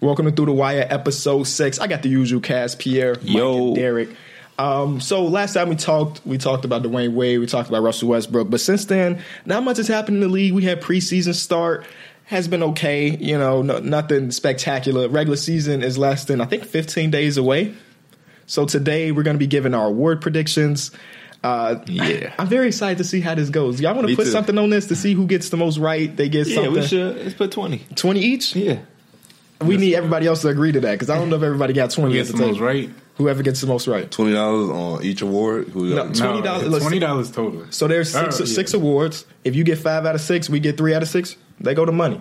Welcome to Through the Wire, episode six. I got the usual cast: Pierre, Mike, Yo. and Derek. Um, so last time we talked, we talked about Dwayne Wade, we talked about Russell Westbrook, but since then, not much has happened in the league. We had preseason start has been okay, you know, no, nothing spectacular. Regular season is less than I think 15 days away. So today we're going to be giving our award predictions. Uh, Yeah. I'm very excited to see how this goes. Y'all want to Me put too. something on this to see who gets the most right? They get Yeah, something. we should. Let's put 20. 20 each? Yeah. We need everybody else to agree to that because I don't know if everybody got 20 Who at gets the the most table. right? Whoever gets the most right. twenty dollars on each award. Who No, else? $20 No, let's- Twenty dollars total. So there's six, Oh, yeah. six awards. If you get five out of six, we get three out of six. They go to money.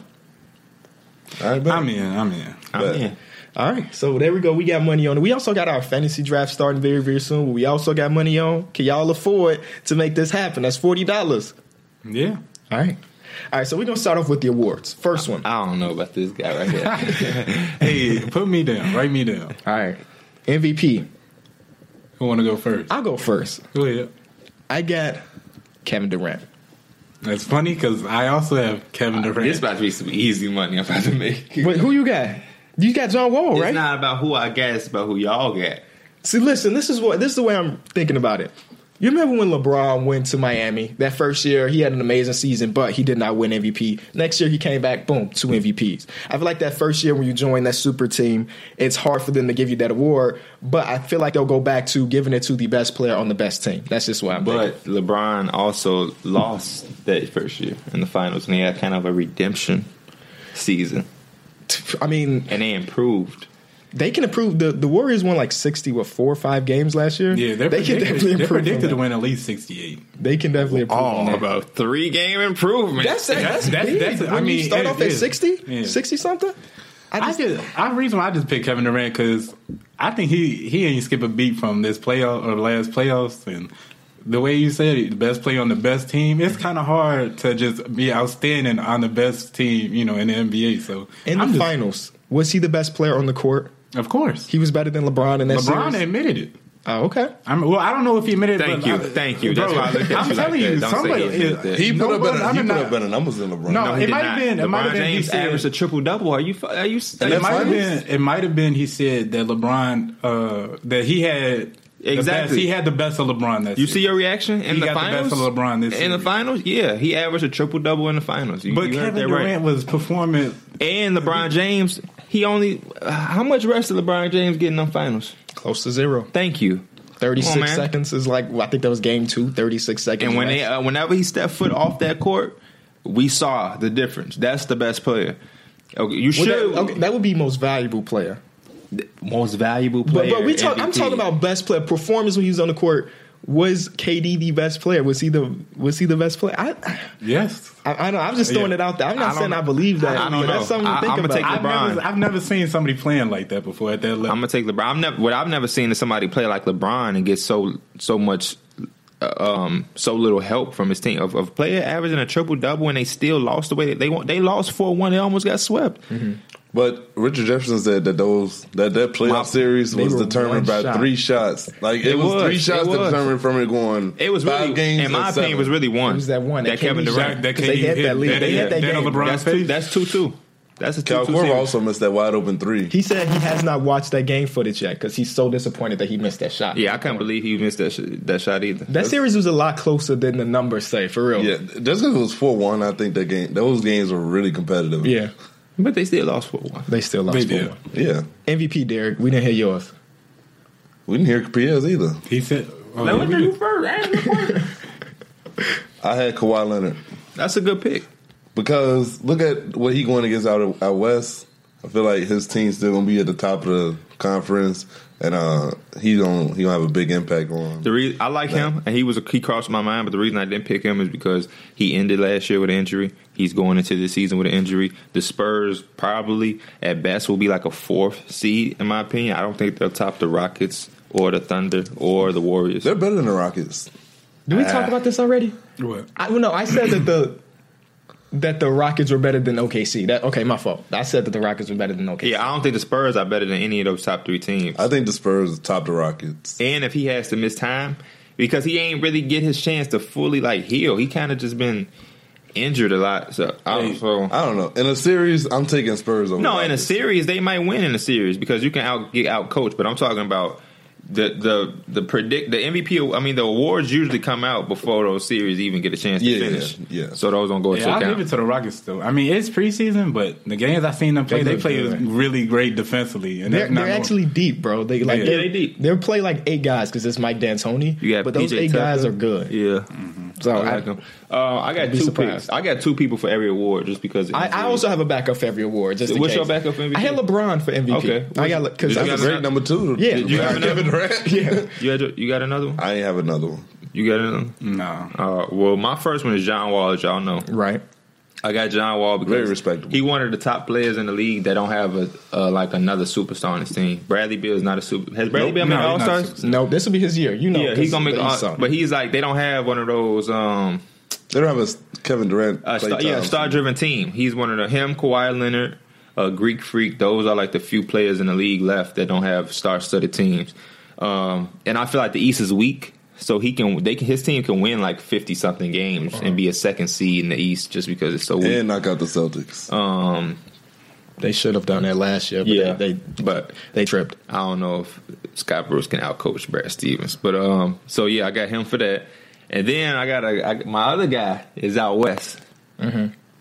All right, bet. I'm in. I'm in. Bet. Yeah. All right. So there we go. We got money on it. We also got our fantasy draft starting very, very soon. We also got money on. Can y'all afford to make this happen? That's $40. Yeah. All right. All right. So we're going to start off with the awards. First one. I don't know about this guy right here. Hey, put me down. Write me down. All right. MVP. Who want to go first? I'll go first. Go ahead. I got Kevin Durant. That's funny because I also have Uh, Kevin Durant. this about to be some easy money I'm about to make. Wait, who you got? You got John Wall, right? It's not about who I got, it's about who y'all got. See, listen, this is what this is the way I'm thinking about it. You remember when LeBron went to Miami that first year? He had an amazing season, but he did not win MVP. Next year, he came back, boom, two MVPs. I feel like that first year when you join that super team, it's hard for them to give you that award, but I feel like they'll go back to giving it to the best player on the best team. That's just what I'm thinking. But LeBron also lost that first year in the finals, and he had kind of a redemption season, I mean, and they improved. they can improve. The, the Warriors won like 60, what, four or five games last year? yeah, they're they can predicted, definitely they're improve. on predicted Oh, to that. win at least sixty-eight. They can definitely improve. on All that. about three game improvement. That's that, that's, That's- that's- big. that's- I When you mean, start it off at is. 60, Yeah. 60 something. I I just, just, I reason why I just picked Kevin Durant because I think he he ain't skip a beat from this playoff or last playoffs and. The way you said it, the best player on the best team, it's Mm-hmm. kind of hard to just be outstanding on the best team, you know, in the NBA. So in the I'm just- finals, was he the best player on the court? of course, He was better than LeBron in that LeBron series. admitted it. oh, okay. I mean, well, I don't know if he admitted. it, Thank but you. I- Thank you. That's why I looked at I'm you like telling that. you, Don't say somebody. he admitted is- that. He put, no up, one- better, I he mean, put not- up better numbers than LeBron. No. No, he it did might not. have been- it LeBron might have been he James said- averaged a triple double. Are you? fu- Are you? Are you It might have serious? been. It might have been. He said that LeBron. Uh, that he had the Exactly. best- he had the best of LeBron. That You season. see your reaction in He the got the finals. best of LeBron this in season. the finals. Yeah, he averaged a triple double in the finals. You, But you heard Kevin that right. Durant was performing. And LeBron James, he only uh, how much rest did LeBron James get in the finals? Close to zero. Thank you. 36 Come on, man. seconds is like, well, I think that was game two, 36 seconds. And when they, left. uh, whenever he stepped foot off that court, we saw the difference. That's the best player. Okay, you Would should that, okay, that would be most valuable player. most valuable But, player. but we talk, I'm MVP. talking about best player performance when he was on the court. Was KD the best player? Was he the was he the best player? I Yes, I, I know I'm just throwing Yeah. it out there. I'm I not don't saying know. I believe that. I don't but That's know. something to I- think I'ma about. take I've LeBron. never, I've never seen somebody playing like that before at that level. I'm gonna take LeBron. I'm never what I've never seen is somebody play like LeBron and get so so much uh, um so little help from his team of, of player averaging a triple double and they still lost the way that they want. They lost four one. They almost got swept. But Richard Jefferson said that those that that playoff My- series they was were one determined by shot. three shots. Like it, It was, was, three it shots that was. determined from it going. It was five really, games in my or opinion, seven. it was really one. It was that one that Kevin KD Durant. shot. That Because they KD had hit that lead. that- They had that that game. LeBron that's face. two. That's two two. That's a two Cal two. Corver series. also missed that wide open three. He said he has not watched that game footage yet because he's so disappointed that he missed that shot. Yeah, I can't believe he missed that sh- that shot either. That series was a lot closer than the numbers say, for real. yeah, just because it was four one, I think that game those games were really competitive. Yeah. But they still lost four one. They still They lost did. 4-1. yeah. MVP, Derek. We didn't hear yours. We didn't hear PS either. He said. oh, Now, yeah, what we do you did. first? Ask me first. I had Kawhi Leonard. That's a good pick. Because look at what he going against out out west. I feel like his team's still gonna be at the top of the conference, and uh, he don't he don't have a big impact on. The reason I like him, and he was he crossed my mind, but the reason I didn't pick him is because he ended last year with an injury. He's going into this season with an injury. The Spurs probably at best will be like a fourth seed in my opinion. I don't think they'll top the Rockets or the Thunder or the Warriors. They're better than the Rockets. Did we Uh, talk about this already? What? I well, no, I said that the that the Rockets were better than OKC. That okay, my fault. I said that the Rockets were better than OKC. Yeah, I don't think the Spurs are better than any of those top three teams. I think the Spurs top the Rockets. And if he has to miss time, because he ain't really get his chance to fully like heal. He kind of just been injured a lot. So I don't, so I don't know. In a series, I'm taking Spurs over. No, in a Rockets. series they might win in a series because you can out get out coached. But I'm talking about the the the predict the MVP. I mean, the awards usually come out before those series even get a chance to Yeah, finish. yeah, yeah. So those don't go into Yeah, I'll give account. it to the Rockets though. I mean, it's preseason, but the games I've seen them play, They they, look play good. really great defensively, and They're, that's not they're gonna- actually deep, bro. They like Yeah, they're- they deep. They'll play like eight guys because it's Mike D'Antoni. you got but those PJ eight guys are Tucker. good. Yeah. So I I, like them. Uh, I got be two surprised. picks. I got two people for every award just because. I, I also have a backup for every award. Just in What's case. your backup for MVP? I had LeBron for MVP. Okay. I got because Did you I have was Great number two. Yeah. Did you have Kevin another- Durant. yeah. you had, you got another one. I ain't have another one. You got another. One? no. Uh, well, my first one is John Wall, as y'all know. Right. I got John Wall because Very respectable. He one of the top players in the league that don't have a, uh like another superstar on his team. Bradley Beal is not a super. Has Bradley Nope. Beal made No, he's All not a Stars? superstar. No, this will be his year. You know. Yeah, he's gonna make. the East All, Zone. but he's like they don't have one of those. Um, They don't have a s- Kevin Durant. uh, Klay star, yeah, Thompson. star driven team. He's one of the him, Kawhi Leonard, uh, Greek Freak. Those are like the few players in the league left that don't have star studded teams. Um, and I feel like the East is weak, so he can they can his team can win like fifty something games and be a second seed in the East just because it's so weak. and knock out the Celtics. um, they should have done that last year. But Yeah. They, they but they tripped. I don't know if Scott Brooks can outcoach Brad Stevens, but um, so yeah, I got him for that. And then I got a I, my other guy is out west.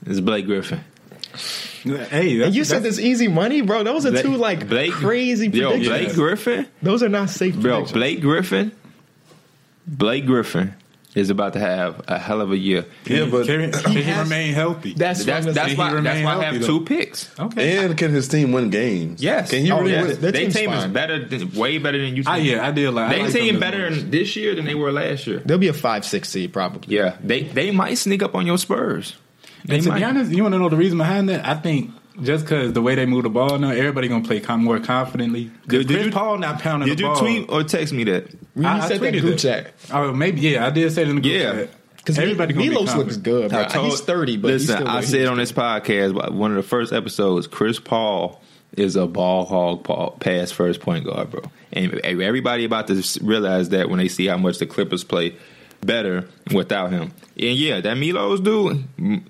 It's Blake Griffin. Hey, that's, And you said that's- this easy money, bro. Those are Blake- two like Blake- crazy Yo, predictions. Blake Griffin, Those are not safe bro, predictions. Blake Griffin, Blake Griffin is about to have a hell of a year. yeah, but can, can he has- remain healthy? That's That's what I'm that's saying. he why that's remain why I have healthy, two picks. okay. and can his team win games? Yes, Can he Oh, really yeah. win? Their They team's team is fine. better, than, way better than you. I yeah, I did like. I They like team them better this much. this year than they were last year. They'll be a five six seed probably. Yeah, they they might sneak up on your Spurs. They And to be might. honest, you want to know the reason behind that? I think just because the way they move the ball now, everybody gonna play com- more confidently. 'Cause Did- did Chris you- Paul not pounding Did the you ball. tweet or text me that? You I- I said that tweeted group it. chat Oh, maybe yeah, I did say it in the group Yeah. chat. because everybody gonna be Milos confident. looks good. I Bro. told- he's thirty, but he's listen, still I good. said on this podcast but one of the first episodes, Chris Paul is a ball hog, pa- pass first point guard, bro, and everybody about to s- realize that when they see how much the Clippers play better without him. And yeah, that Milos dude. mm,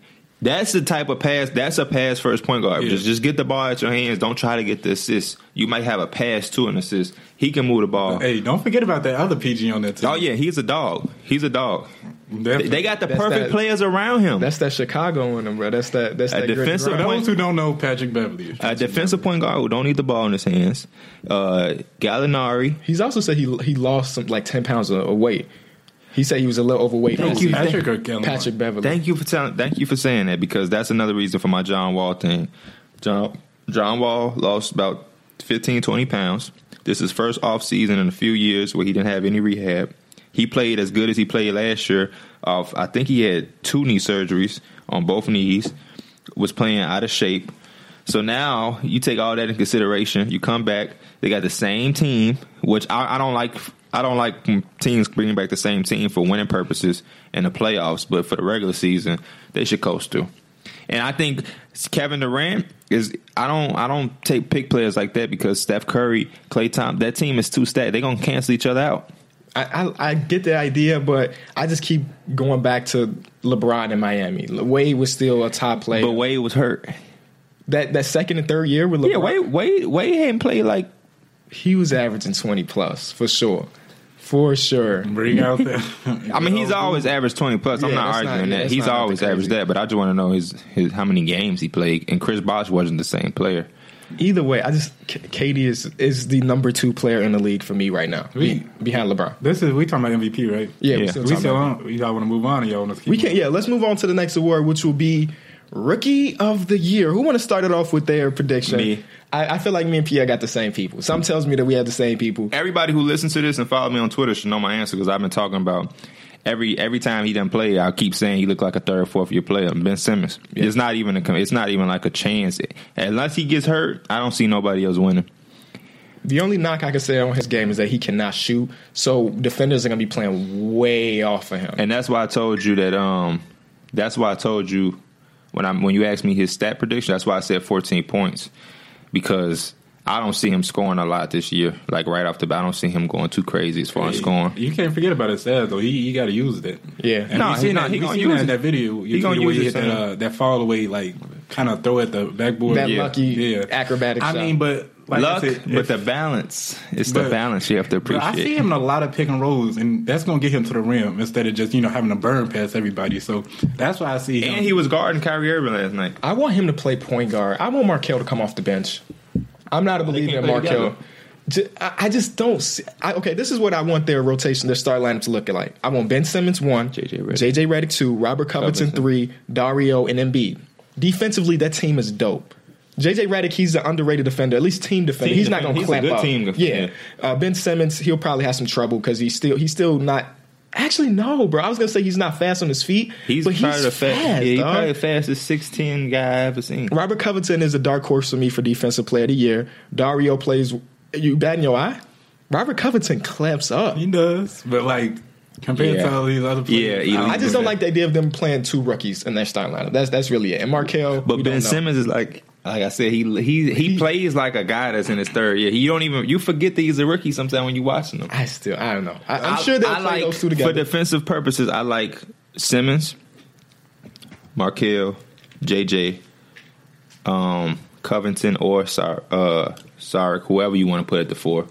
That's the type of pass. That's a pass first point guard. Yeah. Just, just get the ball at your hands. Don't try to get the assist. You might have a pass to an assist. He can move the ball. Hey, don't forget about that other PG on that team. Oh yeah, he's a dog. He's a dog. They, Definitely. they got the That's perfect that- players around him. that's that Chicago in him, bro. That's that that's A that grit and defensive grind. For those who don't know Patrick Beverly, is- a defensive point guard who don't need the ball in his hands. Uh, Gallinari. He's also said he he lost some like ten pounds of of weight. He said he was a little overweight. Thank last you. season. Patrick or Kellen Patrick Beverly. Thank you for telling. Thank you for saying that because that's another reason for my John Wall thing. John John Wall lost about 15, 20 pounds. This is first off season in a few years where he didn't have any rehab. He played as good as he played last year. Off, I think he had two knee surgeries on both knees. Was playing out of shape. So now you take all that in consideration. You come back. They got the same team, which I, I don't like. I don't like when teams bringing back the same team for winning purposes in the playoffs, but for the regular season, they should coast to. And I think Kevin Durant is. I don't. I don't take pick players like that because Steph Curry, Clay Thompson, that team is too stacked. They're gonna cancel each other out. I, I I get the idea, but I just keep going back to LeBron in Miami. Wade was still a top player. But Wade was hurt. that that second and third year with LeBron, Yeah, Wade. Wade. Wade hadn't played like. he was averaging twenty plus for sure, for sure. bring out the. I mean, he's always averaged twenty plus. I'm Oh, Yeah, not that's not- arguing yeah, that. that's He's not always nothing averaged crazy. that, but I just want to know his, his how many games he played. And Chris Bosh wasn't the same player. Either way, I just K- Katie is is the number two player in the league for me right now, be, We- behind LeBron. This is we talking about MVP, right? Yeah, Yeah. we still We talking still about on. Y'all want to move on? Or y'all want to keep? We can yeah, let's move on to the next award, which will be Rookie of the Year. Who wanna start it off with their prediction? Me. I, I feel like me and Pierre got the same people. Some tells me that we have the same people. Everybody who listens to this and follow me on Twitter should know my answer because I've been talking about every every time he done play. I keep saying he look like a third, fourth year player. Ben Simmons. It's not even a. com- It's not even like a chance. Unless he gets hurt, I don't see nobody else winning. The only knock I can say on his game is that he cannot shoot, so defenders are gonna be playing way off of him. And that's why I told you that. Um, that's why I told you when I when you asked me his stat prediction. That's why I said 14 points because I don't see him scoring a lot this year. Like right off the bat, I don't see him going too crazy as far as scoring. You can't forget about his stats though. He, he got to use that. Yeah. and Nah, we he seen not- that. he We gonna seen that use in it. that video. You He gonna see where use he it, hit that, son. uh, that fall away, like kind of throw at the backboard. That lucky acrobatic I shot. mean, but like I Luck, said, but if- the balance. It's the But- balance you have to but appreciate. I see him in a lot of pick and rolls, and that's gonna get him to the rim instead of just you know having to burn past everybody. So that's why I see him. And he was guarding Kyrie Irving last night. I want him to play point guard. I want Markel to come off the bench. I'm not a believer in can't play Markel. together. Ju- I I just don't see. I, okay, this is what I want their rotation, their start lineup to look like. I want Ben Simmons one, J.J. Redick. JJ Redick two, Robert Covington, Covington. three, Dario and Embiid. Defensively, that team is dope. JJ Redick, he's an underrated defender, at least team defender. Team he's not going defender. to He's a clap good up. team yeah, defender. uh, Ben Simmons, he'll probably have some trouble because he's still he's still not. Actually, no, bro. I was gonna say he's not fast on his feet, He's but probably he's the fast. fast. yeah, he's dog. probably the fastest six ten guy I ever seen. Robert Covington is a dark horse for me for defensive player of the year. Dario plays you bad in your eye. Robert Covington clamps up. He does, but like compared Yeah. to all these other Yeah, players, elite I just don't defense. like the idea of them playing two rookies in their starting lineup. That's that's really it. And Markel, But we Ben don't know. Simmons is like, like I said, he he he plays like a guy that's in his third year. He don't even you forget that he's a rookie sometimes when you watching him. I still I don't know. I, I'm I- sure they'll I play like- those two together. For defensive purposes, I like Simmons, Markel, JJ, um, Covington, or Sar- uh, Sarek, whoever you want to put at the four.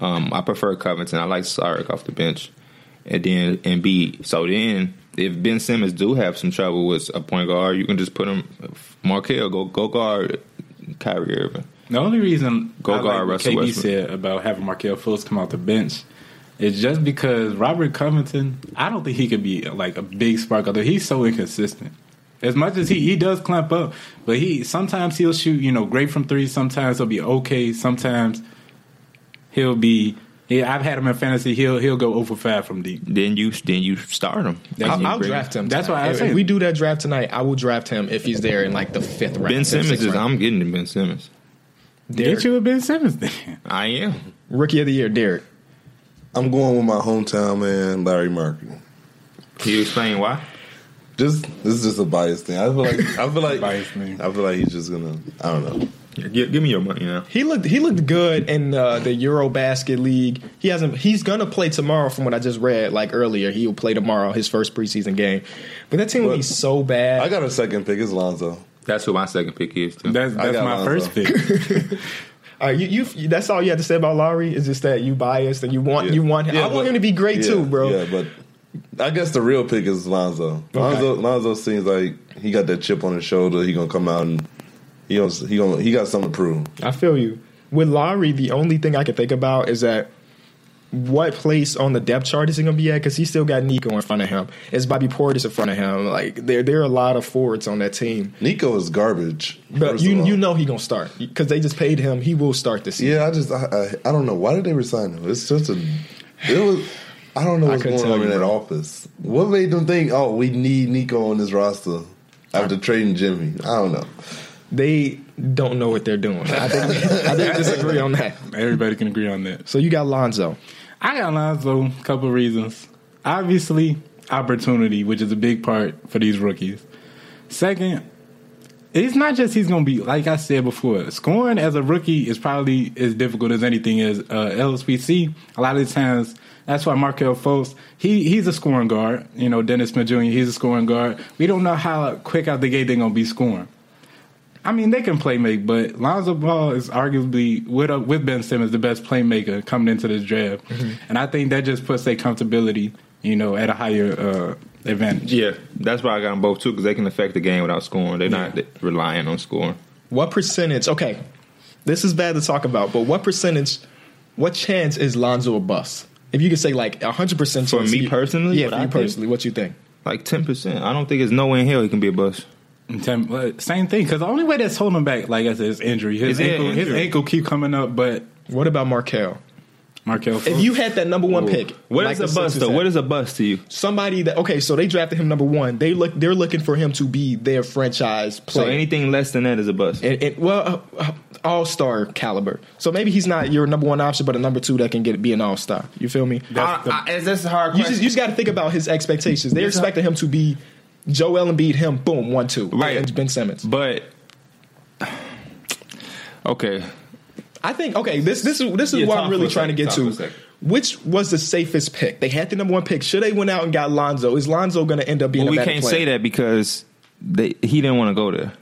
Um, I prefer Covington. I like Sarek off the bench, and then Embiid. So then, if Ben Simmons do have some trouble with a point guard, you can just put him Markel go go guard Kyrie Irving. The only reason Go I guard like what Russell KB Westbrook. said about having Markel Fultz come off the bench is just because Robert Covington, I don't think he could be like a big spark. Although he's so inconsistent. As much as he, he does clamp up, but he sometimes he'll shoot you know great from three. Sometimes he'll be okay. Sometimes he'll be. Yeah, I've had him in fantasy. He'll he'll go over five from deep. Then you then you start him. I'll, I'll draft him. That's tonight. what I if, said. if we do that draft tonight, I will draft him if he's there in like the fifth round. Ben fifth, Simmons sixth is. round. I'm getting to Ben Simmons. Derek, Get you a Ben Simmons then. I am. rookie of the year, Derek. I'm going with my hometown man, Larry Markey. Can you explain why? Just this is just a biased thing. I feel like I feel like Biased thing. I feel like he's just gonna. I don't know. Give, me your money now. He looked he looked good in uh, the EuroBasket League. He hasn't he's gonna play tomorrow from what I just read like earlier. He'll play tomorrow his first preseason game. But that team would be But- so bad. I got a second pick. It's Lonzo. That's who my second pick is. Too. That's I that's got my Lonzo. first pick. Uh, you, you that's all you have to say about Lowry is just that you biased and you want Yeah. you want him. Yeah, I want but- him to be great too, bro. Yeah, but I guess the real pick is Lonzo. Lonzo Lonzo seems like he got that chip on his shoulder. He gonna come out and he gonna, he gonna he got something to prove. I feel you. With Lowry, the only thing I can think about is that what place on the depth chart is he going to be at? Because he still got Nico in front of him. It's Bobby Portis in front of him. Like there, there are a lot of forwards on that team. Nico is garbage. But first of you, all. you know he going to start because they just paid him. He will start this season. Yeah, I just I, I, I don't know why did they resign him. It's just a it was I don't know what's couldn't going tell on you, in that bro. office. What made them think? Oh, we need Nico on this roster after trading Jimmy. I don't know. They don't know what they're doing. I think I think we disagree on that. Everybody can agree on that. So you got Lonzo. I got Lonzo. Couple reasons. Obviously, opportunity, which is a big part for these rookies. Second, it's not just he's going to be like I said before. Scoring as a rookie is probably as difficult as anything as uh, LSPC. A lot of the times, that's why Markel Fultz he he's a scoring guard. You know, Dennis Smith Jr. He's a scoring guard. We don't know how quick out the gate they're going to be scoring. I mean, they can play make, but Lonzo Ball is arguably with uh, with Ben Simmons the best playmaker coming into this draft, and I think that just puts their comfortability, you know, at a higher uh, advantage. yeah, that's why I got them both too because they can affect the game without scoring. They're not relying on scoring. What percentage? Okay, this is bad to talk about, but what percentage? What chance is Lonzo a bust? If you could say like hundred percent For me personally, yeah, what for I you think? personally, what you think? uh, uh, I think okay. This this is this is Yeah, what talk I'm for really a trying to second, get talk for a to. second. Which was the safest pick? They had the number one pick. Should they went out and got Lonzo? Is Lonzo going to end up being Well, a we better can't player? say that because they, he didn't want to go there.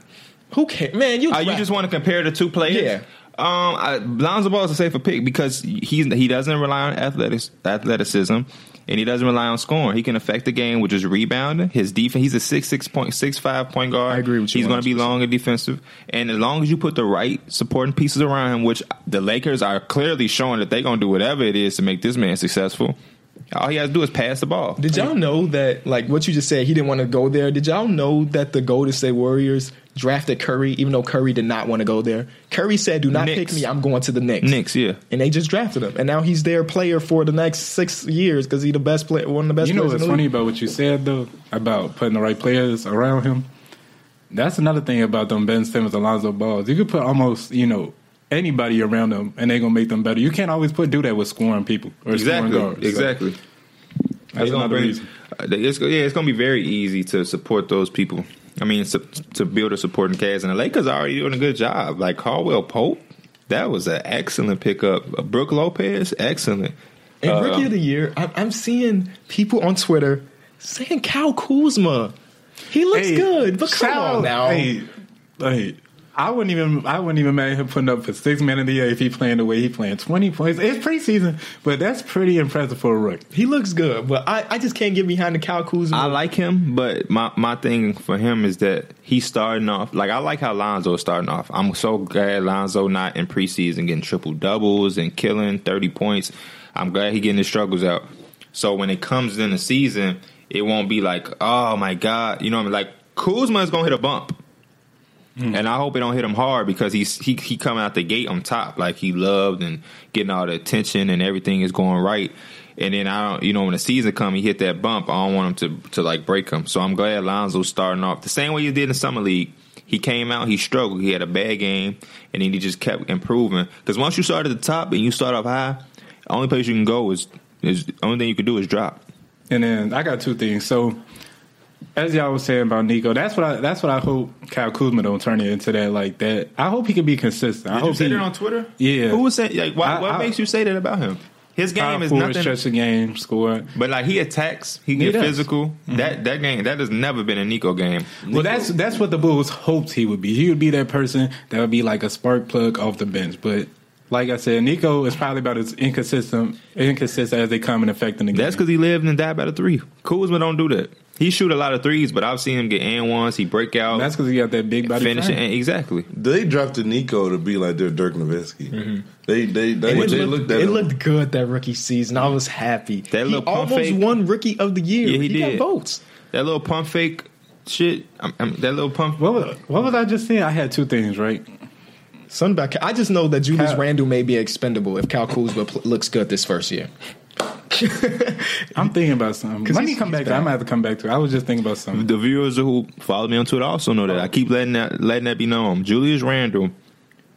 Who cares, man? You Oh, you crap. just want to compare the two players? Yeah. Um, I, Lonzo Ball is a safer pick because he's he doesn't rely on athletics, athleticism, and he doesn't rely on scoring. He can affect the game with just rebounding. His defense, he's a six six point six five point guard. I agree with you He's going to be long and defensive, and as long as you put the right supporting pieces around him, which the Lakers are clearly showing that they're going to do whatever it is to make this man successful. All he has to do is pass the ball. Did y'all know that, like what you just said, he didn't want to go there? Did y'all know that the Golden State Warriors drafted Curry, even though Curry did not want to go there? Curry said, Do not Knicks. pick me, I'm going to the Knicks. Knicks, yeah. And they just drafted him. And now he's their player for the next six years because he's the best player, one of the best you know players what's in the funny league. about what you said though about putting the right players around him. That's another thing about them Ben Simmons, Alonzo Balls. You could put almost you know anybody around them, and they're gonna make them better. You can't always put do that with scoring people or Exactly, scoring guards. So exactly. that's They gonna another bring- reason. uh, they- it's- yeah, it's going to be very easy to support those people. I mean, su- to build a supporting cast, and the Lakers are already doing a good job. Like Caldwell Pope, that was an excellent pickup. Uh, Brooke Lopez, excellent. And Uh, Rookie of the Year, I'm, I'm seeing people on Twitter saying Kyle Kuzma. He looks Hey, good, but come shout- on now. Hey, hey, I wouldn't even I wouldn't even mind him putting up for six man of the year if he playing the way he playing twenty points. It's preseason, but that's pretty impressive for a rookie. He looks good, but I, I just can't get behind the Kyle Kuzma. I like him, but my, my thing for him is that he's starting off. Like I like how Lonzo is starting off. I'm so glad Lonzo not in preseason getting triple doubles and killing thirty points. I'm glad he getting his struggles out. So when it comes in the season, it won't be like, oh my god, you know what I mean? Like Kuzma is gonna hit a bump. And I hope it don't hit him hard because he's he he coming out the gate on top, like he loved and getting all the attention and everything is going right. And then I don't, you know, when the season come, he hit that bump. I don't want him to to like break him. So I'm glad Lonzo's starting off the same way he did in summer league. He came out, he struggled, he had a bad game, and then he just kept improving. Because once you start at the top and you start up high, the only place you can go is is the only thing you can do is drop. And then I got two things. So as y'all was saying about Nico, that's what I that's what I hope Kyle Kuzma don't turn it into that like that. I hope he can be consistent. I hope he, Twitter? Yeah. Who was saying? Like, why, I- what I- makes you say that about him? His game power is forward, nothing. stretch the game, score. But like he attacks, he He get does. Mm-hmm. physical. That that game that has never been a Nico game. Well, that's that's what the Bulls hoped he would be. He would be that person that would be like a spark plug off the bench. But like I said, Nico is probably about as inconsistent inconsistent as they come in effect in the game. that's because he lived and died by the three. Kuzma don't do that. He shoot a lot of threes, but I've seen him get and ones. He break out, that's because he got that big body. finish it. frame. and- Exactly. They drafted Nico to be like their Dirk Nowitzki. Mm-hmm. They they they, It, they looked, looked at it him. looked good that rookie season. I was happy. That he little pump almost fake. won rookie of the year. Yeah, he got did. votes. That little pump fake shit. I'm, I'm- that little pump. What was, what was I just saying? I had two things right. Sunback. I just know that Julius Cal- Randle may be expendable if Cal Kuzma pl- looks good this first year. I'm thinking about something. 'Cause Let me he's- come he's back. to it. I bad. might have to come back to. it. I was just thinking about something. The viewers who follow me on Twitter also know that I keep letting that letting that be known. Julius Randle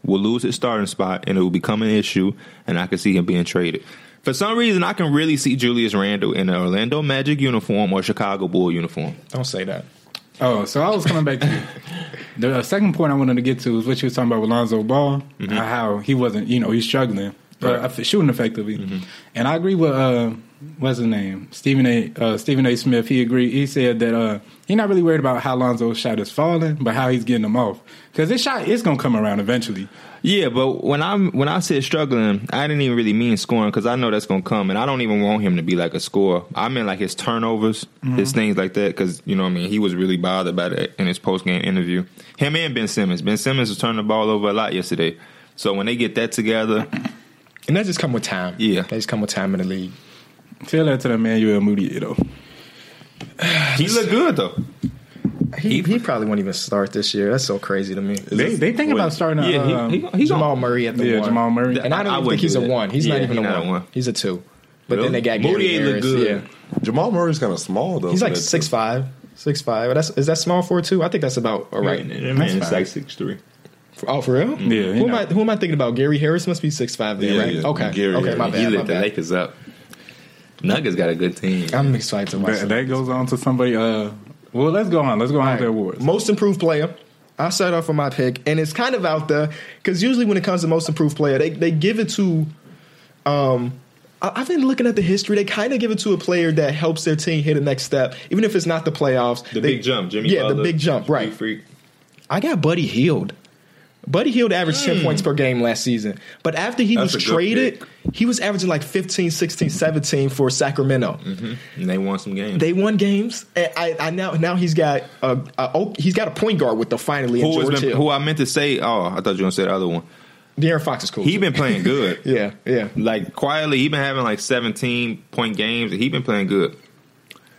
will lose his starting spot and it will become an issue, and I can see him being traded. For some reason, I can really see Julius Randle in an Orlando Magic uniform or Chicago Bull uniform. Don't say that. Oh, so I was coming back to you. the uh, second point I wanted to get to is what you was talking about with Lonzo Ball, uh, how he wasn't, you know, he's struggling, uh, Mm-hmm. Right. Mm-hmm. shooting effectively. And I agree with uh, what's his name, Stephen A. Uh, Stephen A. Smith. He agreed. He said that uh, he's not really worried about how Lonzo's shot is falling, but how he's getting them off because this shot is gonna come around eventually. Yeah, but when I'm when I said struggling, I didn't even really mean scoring because I know that's gonna come, and I don't even want him to be like a scorer. I meant like his turnovers, his things like that, because you know what I mean he was really bothered by that in his post game interview. Him and Ben Simmons. Ben Simmons was turning the ball over a lot yesterday, so when they get that together, And that just come with time. Yeah. that just come with time in the league. Tell that to the Manuel Moody though. he looked good though. He, he probably won't even start this year. That's so crazy to me. They they think about starting. A, Yeah, um, he, he, he Jamal gonna- Murray at the yeah, one. Jamal Murray. And I don't I even wouldn't think he's do a that. one. He's Yeah, not even a, he not a one. one. He's a two. But Really? then they got Gary Moody ain't look Harris. good. Yeah. Jamal Murray's kind of small though. He's for like that six team. five, six five. That's is that small for a two? I think that's about all right. Man, That's it's fine. like six three. Oh, for real? Yeah, you Who am know. I? Who am I thinking about? Gary Harris must be six five. Then, Yeah, right? yeah. Okay. Gary okay. Harris. My he bad. My lit the bad. Lakers up. Nuggets got a good team. I'm excited to watch that. that, that goes on to somebody. Uh, well, let's go on. Let's go on to the awards. Most improved player. I'll start off with my pick, and it's kind of out there because usually when it comes to most improved player, they they give it to. Um, I- I've been looking at the history. They kind of give it to a player that helps their team hit the next step, even if it's not the playoffs. The They- big jump, Jimmy. Yeah, the Butler, big jump. Big Right. Freak. I got Buddy Healed. Buddy Healed averaged 10 points per game last season. But after he Mm. That's was a good traded, he was averaging like 15, 16, 17 for Sacramento. Mm-hmm. And they won some games. They won games. And I, I now now he's got a, a oh, he's got a point guard with the finally in who, has George been, Hill. who I meant to say, oh, I thought you were going to say the other one. De'Aaron Fox is cool. He too. been playing good. yeah, yeah. Like, quietly, he been having like 17 point games. and He been playing good.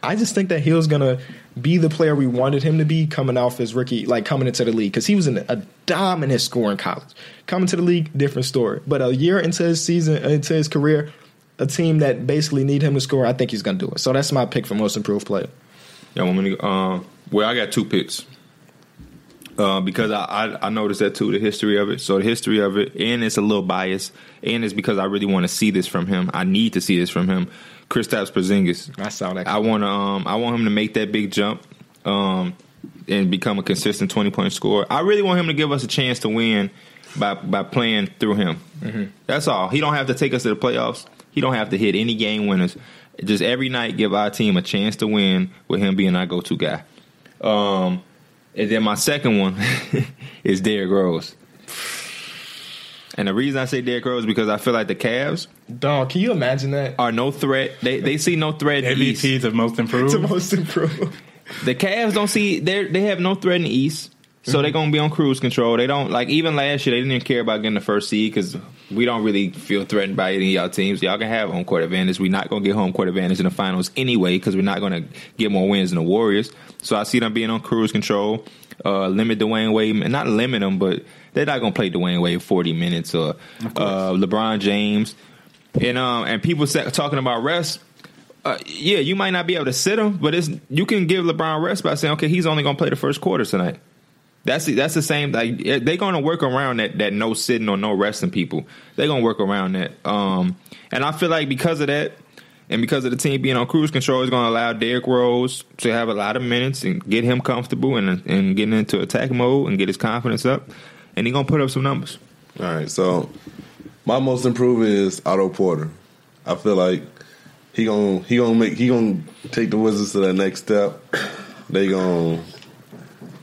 I just think that Hill's gonna be the player we wanted him to be coming off as rookie, like coming into the league, because he was in a dominant scorer in college. Coming to the league, different story. But a year into his season, into his career, a team that basically need him to score, I think he's gonna do it. So that's my pick for most improved player. Y'all want me to? go- Uh, well, I got two picks uh, because I, I I noticed that too. The history of it, so the history of it, and it's a little biased, and it's because I really want to see this from him. I need to see this from him. Kristaps Porzingis. I saw that. I want to. Um, I want him to make that big jump. Um, and become a consistent twenty point scorer. I really want him to give us a chance to win by by playing through him. That's all. He don't have to take us to the playoffs. He don't have to hit any game winners. Just every night, give our team a chance to win with him being our go to guy. Um, and then my second one is Derrick Rose. And the reason I say Derrick Rose is because I feel like the Cavs Dog, can you imagine that? are no threat. They they see no threat. in the East. MVP to most improved. To most improved. The Cavs don't see they they have no threat in the East, so they're gonna be on cruise control. They don't like even last year they didn't even care about getting the first seed because we don't really feel threatened by any of y'all teams. Y'all can have home court advantage. We're not gonna get home court advantage in the finals anyway because we're not gonna get more wins than the Warriors. So I see them being on cruise control. Uh, limit Dwayne Wade, and not limit them, but they're not gonna play Dwayne Wade forty minutes or uh, LeBron James, and um, and people sa- talking about rest uh, yeah, you might not be able to sit him, but it's you can give LeBron rest by saying, okay, he's only going to play the first quarter tonight. That's the, that's the same. Like they're going to work around that that no sitting or no resting people. They're going to work around that. Um, and I feel like because of that, and because of the team being on cruise control, is going to allow Derrick Rose to have a lot of minutes and get him comfortable and and getting into attack mode and get his confidence up, and he's going to put up some numbers. All right, so my most improved is Otto Porter. I feel like he gonna he gonna make he gonna take the Wizards to that next step. They gonna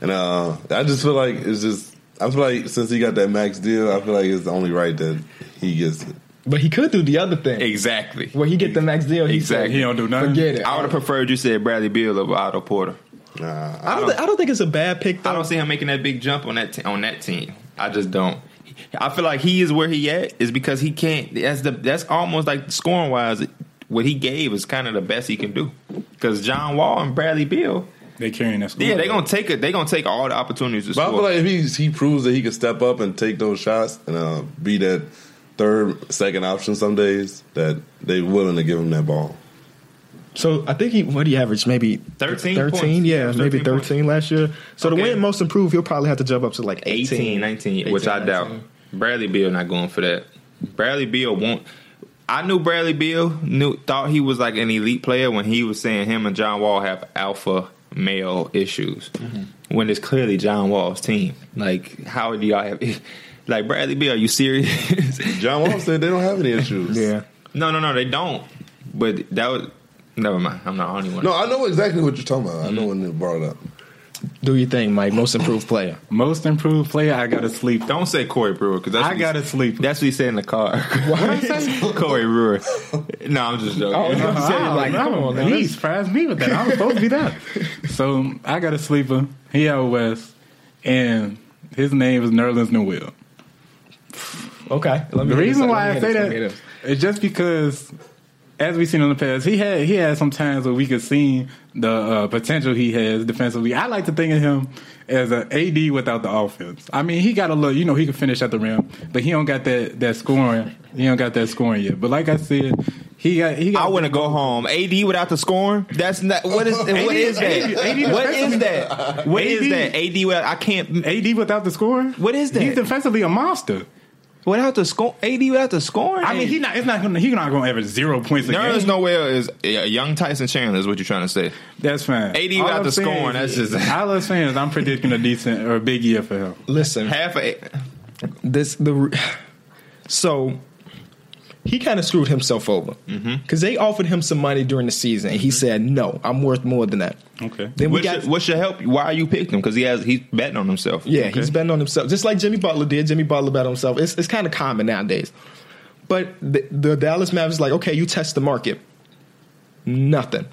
and uh, I just feel like it's just I feel like since he got that max deal, I feel like it's the only right that he gets it. But he could do the other thing. Exactly. Where he get the max deal, he said, He Exactly. don't do nothing. Forget it. I would have preferred you said Bradley Beal over Otto Porter. Nah, I don't, thi- I don't think it's a bad pick though. I don't see him making that big jump on that te- on that team. I just don't. I feel like he is where he at is because he can't. That's the that's almost like scoring wise, what he gave is kind of the best he can do. Because John Wall and Bradley Bill, They carrying that school. yeah, they gonna take it. They gonna take all the opportunities to But I score. feel like if he's, he proves that he can step up and take those shots and uh, be that third, second option some days, that they willing to give him that ball. So I think he what he averaged maybe 13 13 points. yeah, maybe 13 points. 13 last year. So to Okay. win most improved, he'll probably have to jump up to like 18. 18, 19, 18, which I 19. doubt. Bradley Beal not going for that. Bradley Beal won't. I knew Bradley Beal knew thought he was like an elite player when he was saying him and John Wall have alpha male issues. When it's clearly John Wall's team. Like how do y'all have? Like Bradley Beal, are you serious? John Wall said they don't have any issues. Yeah. no, no, no, they don't. But that was never mind. I'm not the only one. No, I know exactly what you're talking about. I know when they brought it up. Do your thing, Mike. Most improved player. Most improved player, I gotta sleep. Don't say Corey Brewer because I gotta sleep. That's what he said in the car. Corey Brewer. No, I'm just joking. I'm saying, Wow, like, Oh, Oh, no, come on, man, now, He that's- surprised me with that. I was supposed to be that. So I got a sleeper. He out west, and his name is Nerlens Noel. Okay. Let The hear reason this. why Let I me hear this. say Let that me hear this. is just because, as we've seen in the past, he had he had some times where we could see the uh, potential he has defensively. I like to think of him as an AD without the offense. I mean, he got a little, you know, he can finish at the rim, but he don't got that that scoring. He don't got that scoring yet. But like I said, he got he got. I want to go home. AD without the scoring? That's not what is what is that? What is that? What is AD. that? AD without I can't. AD without the score? What is that? He's defensively a monster. Without the score, AD without the scoring. I mean, he not. It's not gonna. He not gonna average zero points a there is game. nowhere is yeah, young Tyson Chandler is what you're trying to say. that's fine. AD All without I'm the saying scoring, is- that's just- all I'm saying is I'm predicting a decent or a big year for him. Listen, Half a this the so he kind of screwed himself over because they offered him some money during the season and he said no i'm worth more than that Okay. then we what got should, what should help? you? Why you picked him? Because he has he's betting on himself. yeah he's betting on himself just like jimmy butler did jimmy butler bet on himself it's, it's kind of common nowadays but the, the dallas mavericks like okay you test the market nothing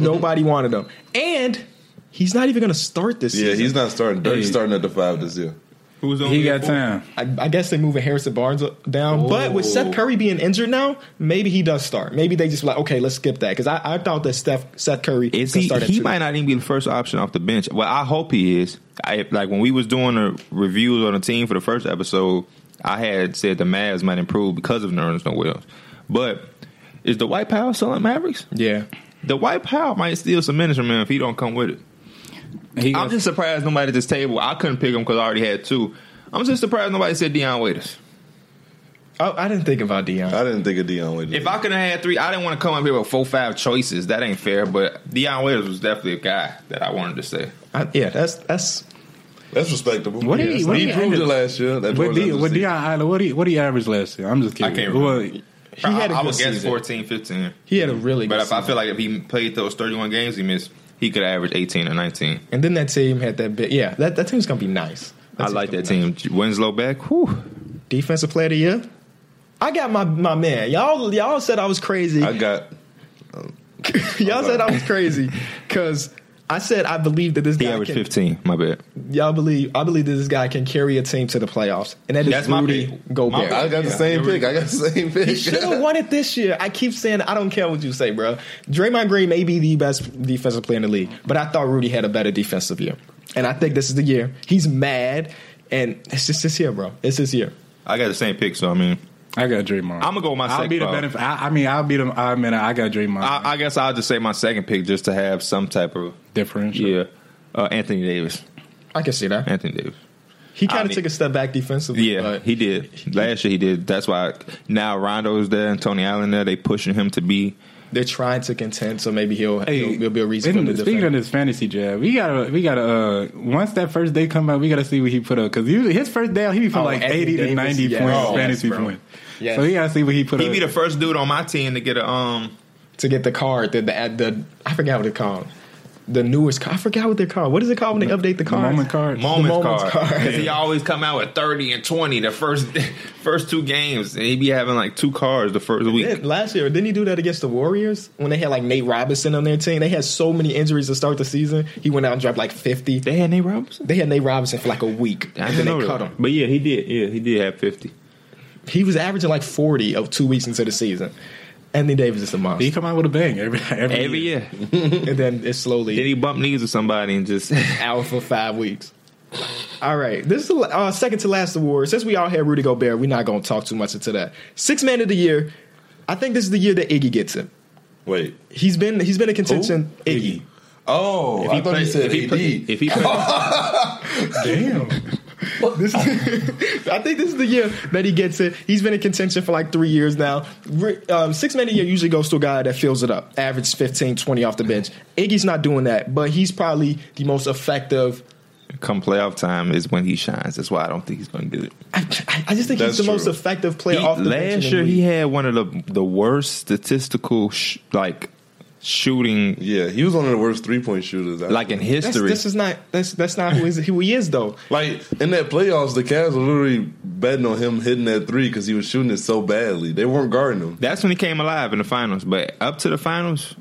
nobody wanted him and he's not even going to start this Yeah, season he's not starting. Dirk's starting at the five this year. Who's on He here got for? time. I, I guess they're moving Harrison Barnes down. But with Seth Curry being injured now, maybe he does start. Maybe they just like, okay, let's skip that. Because I, I thought that Steph Seth Curry Is could he? start at He two. might not even be the first option off the bench. Well, I hope he is. I like when we was doing the reviews on the team for the first episode. I had said the Mavs might improve because of Nerlens Noel, but is the White Power still at Mavericks? Yeah. The White Power might steal some minutes from him if he don't come with it. He I'm got, just surprised nobody at this table. I couldn't pick him because I already had two. I'm just surprised nobody said Deion Waiters. I, I didn't think about Deion. I didn't think of Dion Waiters. If I could have had three, I didn't want to come up here with four, five choices. That ain't fair. But Deion Waiters was definitely a guy that I wanted to say. I, yeah, that's that's That's respectable. What did he- Yes, what did he he proved end it up- last year. with That towards the D, end of the with Deion season. Alder, what he what he averaged last year? I'm just I kidding. can't Well, remember. he had a I, I good would guess season. 14, 15. he had a really But good if I season. feel like if he played those 31 games he missed, he could average 18 or 19. and then that team had that bit. Yeah, that, that team's gonna be nice. I team's like gonna that be nice. team. Winslow back. Whew. Defensive player of the year. I got my my man. Y'all y'all said I was crazy. I got y'all said I was crazy because I said I believe that this He guy averaged can, 15. My bad. Y'all believe I believe that this guy can carry a team to the playoffs, and that is That's my Rudy pick. Gobert. My I got the same pick. I got the same pick. He should have won it this year. I keep saying I don't care what you say, bro. Draymond Green may be the best defensive player in the league, but I thought Rudy had a better defensive year, and I think this is the year. He's mad, and it's just this year, bro. It's this year. I got the same pick, so I mean, I got Draymond. I'ma go with my I'll second be the call. benefit. I, I mean, I'll be the. I mean, I got Draymond. I, I guess I'll just say my second pick just to have some type of. differential. Yeah. Uh, Anthony Davis. I can see that. Anthony Davis. He kind I of mean- took a step back defensively. Yeah, but he did. Last year he did. That's why now Rondo's there and Tony Allen there. They pushing him to be. they're trying to contend, so maybe he'll he'll, he'll be a reason. For and him to speaking defend. of this fantasy jab, we gotta, we gotta. Uh, once that first day come out, we gotta see what he put up because usually his first day out, he be putting Oh, like Anthony eighty to Davis, ninety yes, points Oh, yes, fantasy bro. points. Yes. So we gotta see what he put He up. be the first dude on my team to get a um. to get the card that the, the I forgot what it called. The newest car. I forgot what they're called. What is it called when they update the The car? moment card. Moments, moments card card. because he always come out with thirty and twenty the first first two games and he be having like two cards the first week. Didn't- last year, didn't he do that against the Warriors when they had like Nate Robinson on their team? They had so many injuries to start the season. He went out and dropped like fifty. They had Nate Robinson. They had Nate Robinson for like a week, I and didn't then know they that. cut him. But yeah, he did. Yeah, he did have fifty. He was averaging like forty of two weeks into the season. Anthony Davis is a He monster, come out with a bang every every, Every year. year, and then it's then slowly he bumped knees with somebody and just out for five weeks. All right, this is the uh, second to last award. Since we all had Rudy Gobert, we're not going to talk too much into that. Six Man of the Year. I think this is the year that Iggy gets it. Wait. He's been he's been in contention. Iggy. Iggy. Oh, I thought you said if he AD. play- if he play- Damn. This is- I think this is the year that he gets it. He's been in contention for like three years now. Re- Um, six man a year usually goes to a guy that fills it up, average 15, 20 off the bench. Iggy's not doing that, but he's probably the most effective. come playoff time is when he shines. That's why I don't think he's going to get it. I, I- I just think That's he's the most true. effective player He- off the bench. in last the year, league. he had one of the the worst statistical sh- like shooting Yeah, he was one of the worst three point shooters. I- like in That's, history. this is not that's that's not who, is, who he is though. Like in that playoffs, the Cavs were literally betting on him hitting that three because he was shooting it so badly. They weren't guarding him. That's when he came alive in the finals, but up to the finals.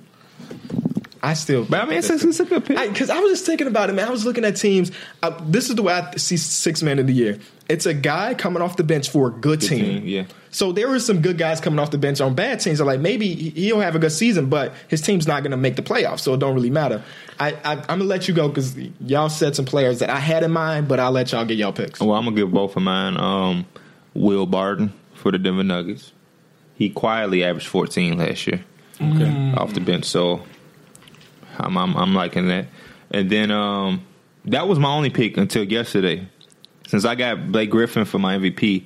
I still, But I mean, it's, it's, it's a good pick. because I, was just thinking about it, man. I was looking at teams. I, this is the way I see six man of the year. It's a guy coming off the bench for a good, team. team, yeah. So there were some good guys coming off the bench on bad teams. Are like maybe he- he'll have a good season, but his team's not going to make the playoffs, so it don't really matter. I, I I'm gonna let you go because y'all said some players that I had in mind, but I'll let y'all get y'all picks. well, I'm gonna give both of mine. Um, Will Barton for the Denver Nuggets. He quietly averaged 14 last year off the bench, so I'm, I'm I'm liking that. And then um, that was my only pick until yesterday. Since I got Blake Griffin for my MVP,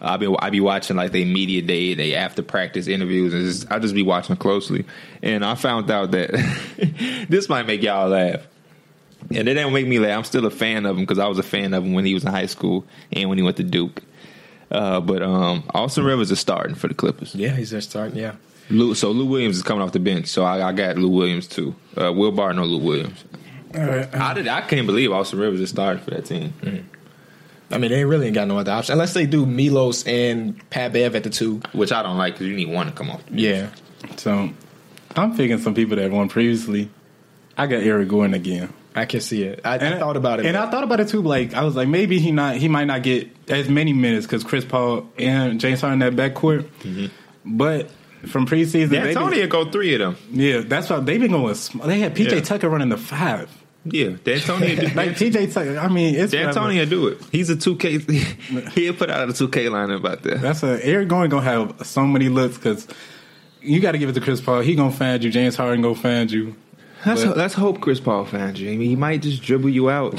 I be I be watching like they media day, they after practice interviews, and just, I just be watching closely. And I found out that this might make y'all laugh, and it don't make me laugh. I'm still a fan of him because I was a fan of him when he was in high school and when he went to Duke. Uh, but um, Austin Rivers is starting for the Clippers. Yeah, he's just starting. Yeah, Lou, so Lou Williams is coming off the bench. So I, I got Lou Williams too. Uh, Will Barton or Lou Williams. All right. I did. I can't believe Austin Rivers is starting for that team. I mean they really ain't got no other option unless they do Milos and Pat Bev at the two. which I don't like because you need one to come off. Yeah, So I'm picking some people that won previously. I got Eric Gordon again. I can see it. I, I thought about it, and but- I thought about it too. Like I was like, maybe he not he might not get as many minutes because Chris Paul and James Harden in that backcourt. But from preseason, Mm-hmm. Yeah, they Tony been, will go three of them. yeah, that's why they've been going. Sm- they had PJ Yeah. Tucker running the five. Yeah, D'Antoni. will do- Like PJ Tucker, I mean, it's whatever. D'Antoni will do it. He's a two K. He'll put out a two K line about that. That's a Eric Gordon gonna have so many looks because you got to give it to Chris Paul. He gonna find you. James Harden gonna find you. That's But- that's hope Chris Paul fans you. I mean, he might just dribble you out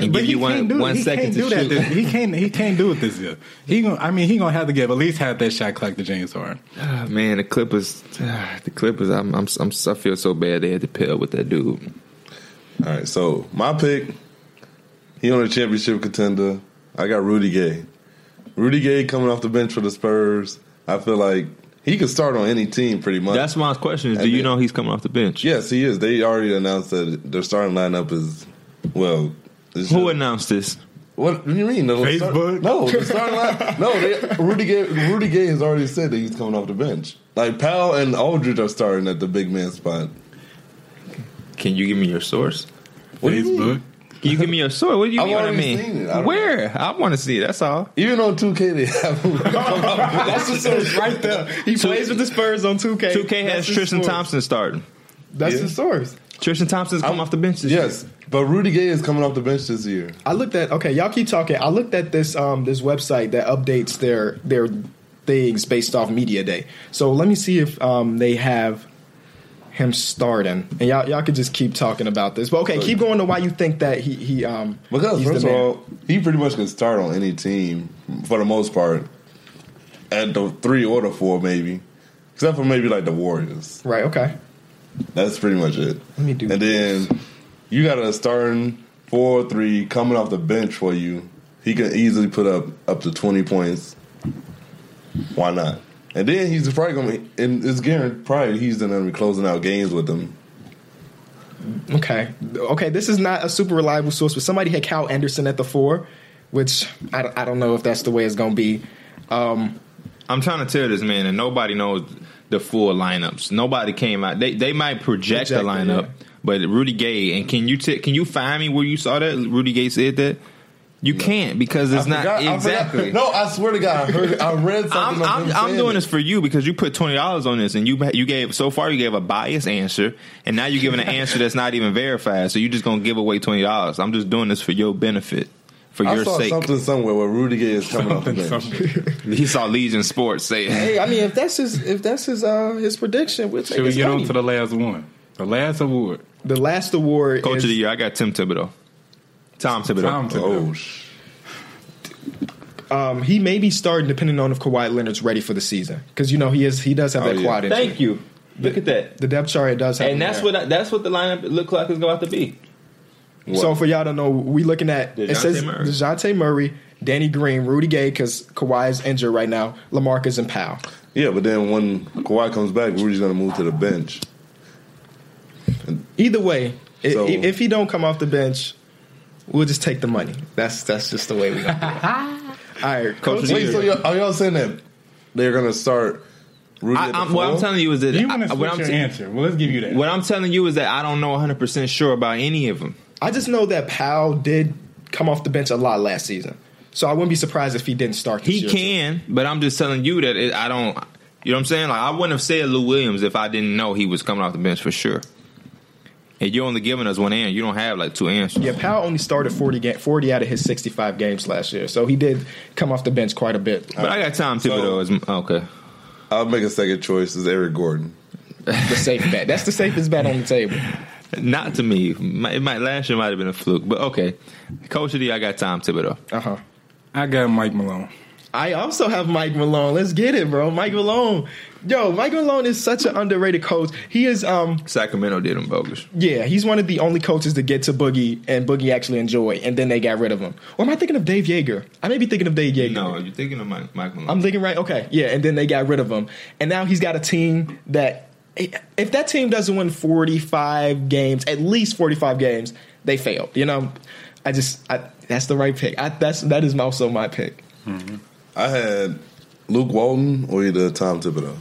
and give you one one he second can't to do that shoot. This, he can't. He can't do it this year. He gonna. I mean, he gonna have to give at least half that shot clock to James Harden. Ah, man, the Clippers, ah, the Clippers. I'm, I'm I'm I feel so bad they had to pair up with that dude. All right, so my pick, he on a championship contender. I got Rudy Gay. Rudy Gay coming off the bench for the Spurs. I feel like he could start on any team pretty much. That's my question. Is I do you mean- know he's coming off the bench? yes, he is. They already announced that their starting lineup is well. it's Who just- announced this? What do you mean? The start- Facebook? no, the starting line. No, they, Rudy Gay. Rudy Gay has already said that he's coming off the bench. Like Powell and Aldridge are starting at the big man spot. Can you give me your source? What do you mean? Facebook. Can you give me your source? What do you I've mean? What I already mean? seen it. I don't Where? I want to see it. That's all. Even on 2K, they have him. That's the source right there. He plays with the Spurs on 2K. 2K has That's his Tristan source. Thompson starting. That's Yeah. the source. Tristan Thompson's come I'm- off the bench this year. yes, but Rudy Gay is coming off the bench this year. I looked at okay, y'all keep talking. I looked at this um this website that updates their their things based off media day. So let me see if um they have him starting. And y'all y'all could just keep talking about this. But okay, keep going to why you think that he he um Because he's first the of man. all, he pretty much can start on any team for the most part, at the three or the four maybe, except for maybe like the Warriors. Right, okay. That's pretty much it. Let me do And then you got a starting four or three coming off the bench for you. He can easily put up up to twenty points. Why not? And then he's probably gonna and it's guaranteed probably he's gonna be closing out games with them. Okay. Okay, this is not a super reliable source, but somebody had Cal Anderson at the four, which I don't, I don't know if that's the way it's going to be. Um, I'm trying to tell this man, and nobody knows the full lineups. Nobody came out. They they might project the Project it, lineup, but Rudy Gay. And can you t- can you find me where you saw that Rudy Gay said that? You can't because it's I not forgot- I forgot- exactly. no, I swear to God, I heard, I read I'm something. of I'm, him I'm saying doing it. this for you because you put twenty dollars on this and you you gave so far you gave a biased answer and now you're giving an answer that's not even verified so you're just gonna give away twenty dollars. I'm just doing this for your benefit, for I your saw sake. something somewhere where Rudy Gay is coming off the bench. Something. He saw Legion Sports say it. hey, I mean, if that's his if that's his uh, his prediction, we'll take Should we his get money. on to the last one? The last award. The last award Coach is, of the Year. I got Tim Thibodeau. Tom Thibodeau. Tom Oh Thibodeau. sh! Um, he may be starting depending on if Kawhi Leonard's ready for the season because you know he is he does have Oh, that yeah. quad injury. Thank you. Look at that. The depth chart does have, And him that's there. what I, that's what the lineup look like is going to be. So for y'all to know, we looking at DeJounte it says Murray. Dejounte Murray, Danny Green, Rudy Gay because Kawhi is injured right now, Lamarcus and Powell. Yeah, but then when Kawhi comes back, Rudy's gonna move to the bench. Either way, i So- i- if he don't come off the bench, we'll just take the money. That's that's just the way we. Gonna do it. All right, coach. Coach of the Wait, Year. so y'all, are y'all saying that they're gonna start Rudy? I, at the I'm, what I'm four? telling you is that You I, want to what, switch I'm your t- answer? Well, let's give you that. what I'm telling you is that I don't know 100 percent sure about any of them. I just know that Powell did come off the bench a lot last season, so I wouldn't be surprised if he didn't start. This He year, too. can, but I'm just telling you that it, I don't. You know what I'm saying? Like I wouldn't have said Lou Williams if I didn't know he was coming off the bench for sure. And you're only giving us one answer. You don't have like two answers. Yeah, Powell only started 40, ga- 40 out of his 65 games last year, so he did come off the bench quite a bit. But I got Tom Thibodeau. as m okay, I'll make a second choice. Is Eric Gordon? The safe bet. That's the safest bet on the table. not to me. My- It might last year might have been a fluke, but okay. Coach of the year, I got Tom Thibodeau. Uh huh. I got Mike Malone. I also have Mike Malone. Let's get it, bro. Mike Malone. Yo, Mike Malone is such an underrated coach. He is um Sacramento did him bogus. yeah, he's one of the only coaches to get to Boogie and Boogie actually enjoy, and then they got rid of him. Or am I thinking of Dave Yeager? I may be thinking of Dave Yeager. No, you're thinking of Mike, Mike Malone. I'm thinking right. Okay, yeah, and then they got rid of him, and now he's got a team that if that team doesn't win 45 games, at least 45 games, they failed. You know, I just I, that's the right pick. I, that's that is also my pick. I had Luke Walton or either Tom Thibodeau.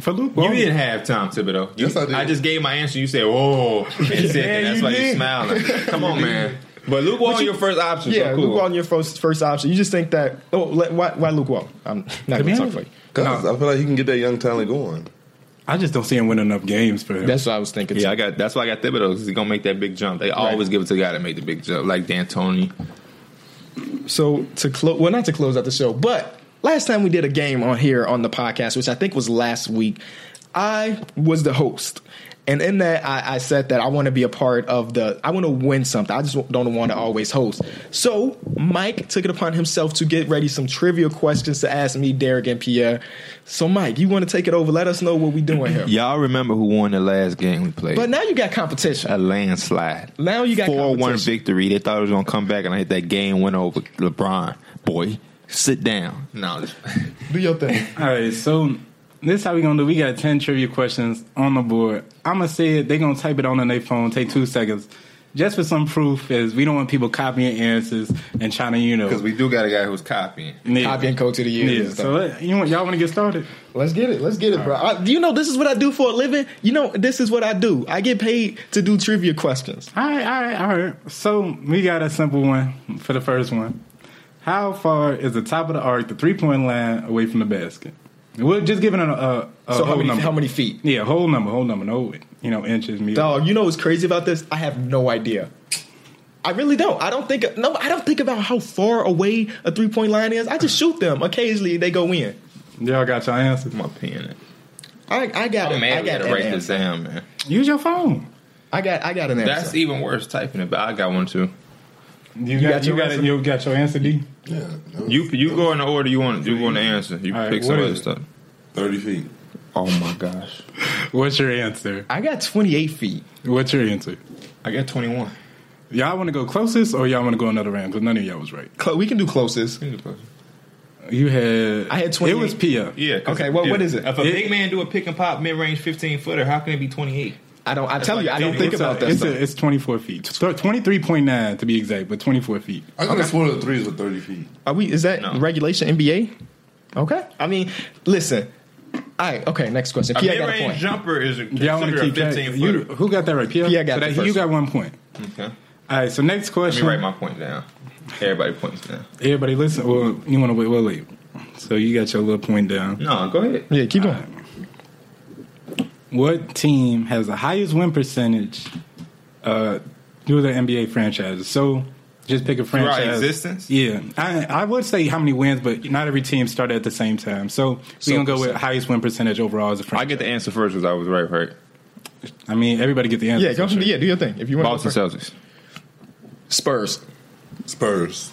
For Luke you Walton, didn't have Tom Thibodeau. You, Yes, I did. just gave my answer. You said, "Whoa," and said, Yeah, "That's you why you did. smiling." Come on, man. But Luke Walton, your first option. Yeah, so cool. Luke Walton, your first first option. You just think that oh, let, why, why Luke Walton? I'm not going to talk for you. Cause I feel like he can get that young talent going. I just don't see him win enough games for him. That's what I was thinking. Yeah, Yeah, I got. That's why I got Thibodeau. 'cause He's gonna make that big jump. They always give it to the guy that make the big jump, like D'Antoni. So to close, well, not to close out the show, but last time we did a game on here on the podcast, which I think was last week, I was the host. And in that, I, I said that I want to be a part of the. I want to win something. I just don't want to always host. So Mike took it upon himself to get ready some trivia questions to ask me, Derek, and Pierre. So Mike, you want to take it over? Let us know what we doing here. Y'all remember who won the last game we played? But now you got competition. a landslide. Now you got four one competition. victory. They thought it was gonna come back and I hit that game winner over LeBron. Boy, sit down. No, Do your thing. All right, so this how we gonna do. We got ten trivia questions on the board. I'ma say it. They gonna type it on their phone. Take two seconds, just for some proof. Is we don't want people copying answers and trying to you know. we do got a guy who's copying. Yeah. Copy and code to the year. Yeah. So let- you want y'all want to get started? Let's get it. Let's get it, bro. I, you know, this is what I do for a living. You know, this is what I do. I get paid to do trivia questions. All right, all right, all right. So we got a simple one for the first one. How far is the top of the arc, the three point line, away from the basket? We're just giving it a, a, a so whole how many, number. how many feet? Yeah, whole number, whole number. No, you know, inches, meters. Dog, you know what's crazy about this? I have no idea. I really don't. I don't think no. I don't think about how far away a three point line is. I just shoot them. Occasionally they go in. Y'all got your answers. My pen. I, I got. I'm it. mad I we got gotta an write this answer. down, man. Use your phone. I got. I got an answer. That's e- even worse typing it, but I got one too. You, got, got your you got answer? it, you got your answer, D. Yeah, You you go in the order you want. You want to answer. You All right, pick some what other is it? stuff. thirty feet. Oh my gosh, What's your answer? I got twenty eight feet. What's your answer? I got twenty one. Y'all want to go closest or y'all want to go another round? Because none of y'all was right. Cl- we can do closest. You had. I had It 28. was Pia. Yeah. 'cause- Okay, what- yeah. what is it? If a It- big man do a pick and pop mid range fifteen footer, how can it be twenty eight? I don't. I tell you, I don't It's think It's a- about that. It's, stuff. a, it's 24 feet. Tw- 23.9 to be exact, but 24 feet. I could have sworn the threes were thirty feet. Are we? Is that No. regulation NBA? Okay. I mean, listen. All right. Okay. Next question. A Pierre mid got a range point. jumper is Y'all want considered to a keep fifteen track. You, footer. who got that right? Pia? Pia got so the that, first You got one point. Okay. All right, so next Let question. me write my point down. Everybody points down. Everybody listen. Well, you want to wait? We'll leave. So you got your little point down. No, go ahead. Yeah. Keep going. What team has the highest win percentage uh, through the NBA franchises? So just pick a franchise. existence? Yeah. I, I would say how many wins, but not every team started at the same time. So So we're going to go with percent. highest win percentage overall as a I franchise. get the answer first because I was right. Right. I, mean, everybody get the answer. Yeah. Go. so sure. Yeah. Do your thing. If you want. Boston Celtics. Spurs. Spurs.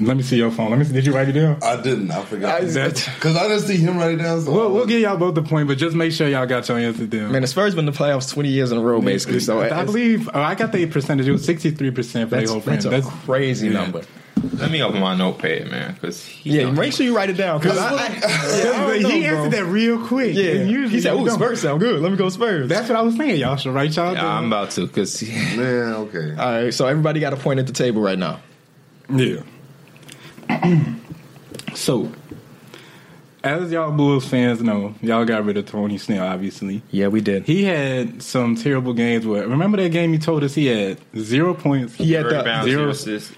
Let me see your phone. Let me see. Did you write it down? I didn't. I forgot. I- That- Because I didn't see him write it down. So We'll, we'll give y'all both the point, but just make sure y'all got your answer down. Man, the Spurs been in the playoffs twenty years in a row, basically. So I it's- believe oh, I got the percentage. It was sixty three percent for the that's, whole that's franchise. a That's, crazy yeah. number. Let me open my notepad, man, because he Yeah. Make sure you write it down. Cause I, I, yeah, I don't he know, bro. answered that real quick. Yeah. and usually He said, you "Oh, don't." Spurs sound good. Let me go Spurs." That's what I was saying. Y'all should write y'all. Yeah, I'm down. about to because Man, okay. all right. So everybody got a point at the table right now. Yeah. so, as y'all Bulls fans know, y'all got rid of Tony Snell. Obviously, Yeah, we did. he had some terrible games. Where remember that game you told us he had zero points. He had the rebounds, zero- zero assists.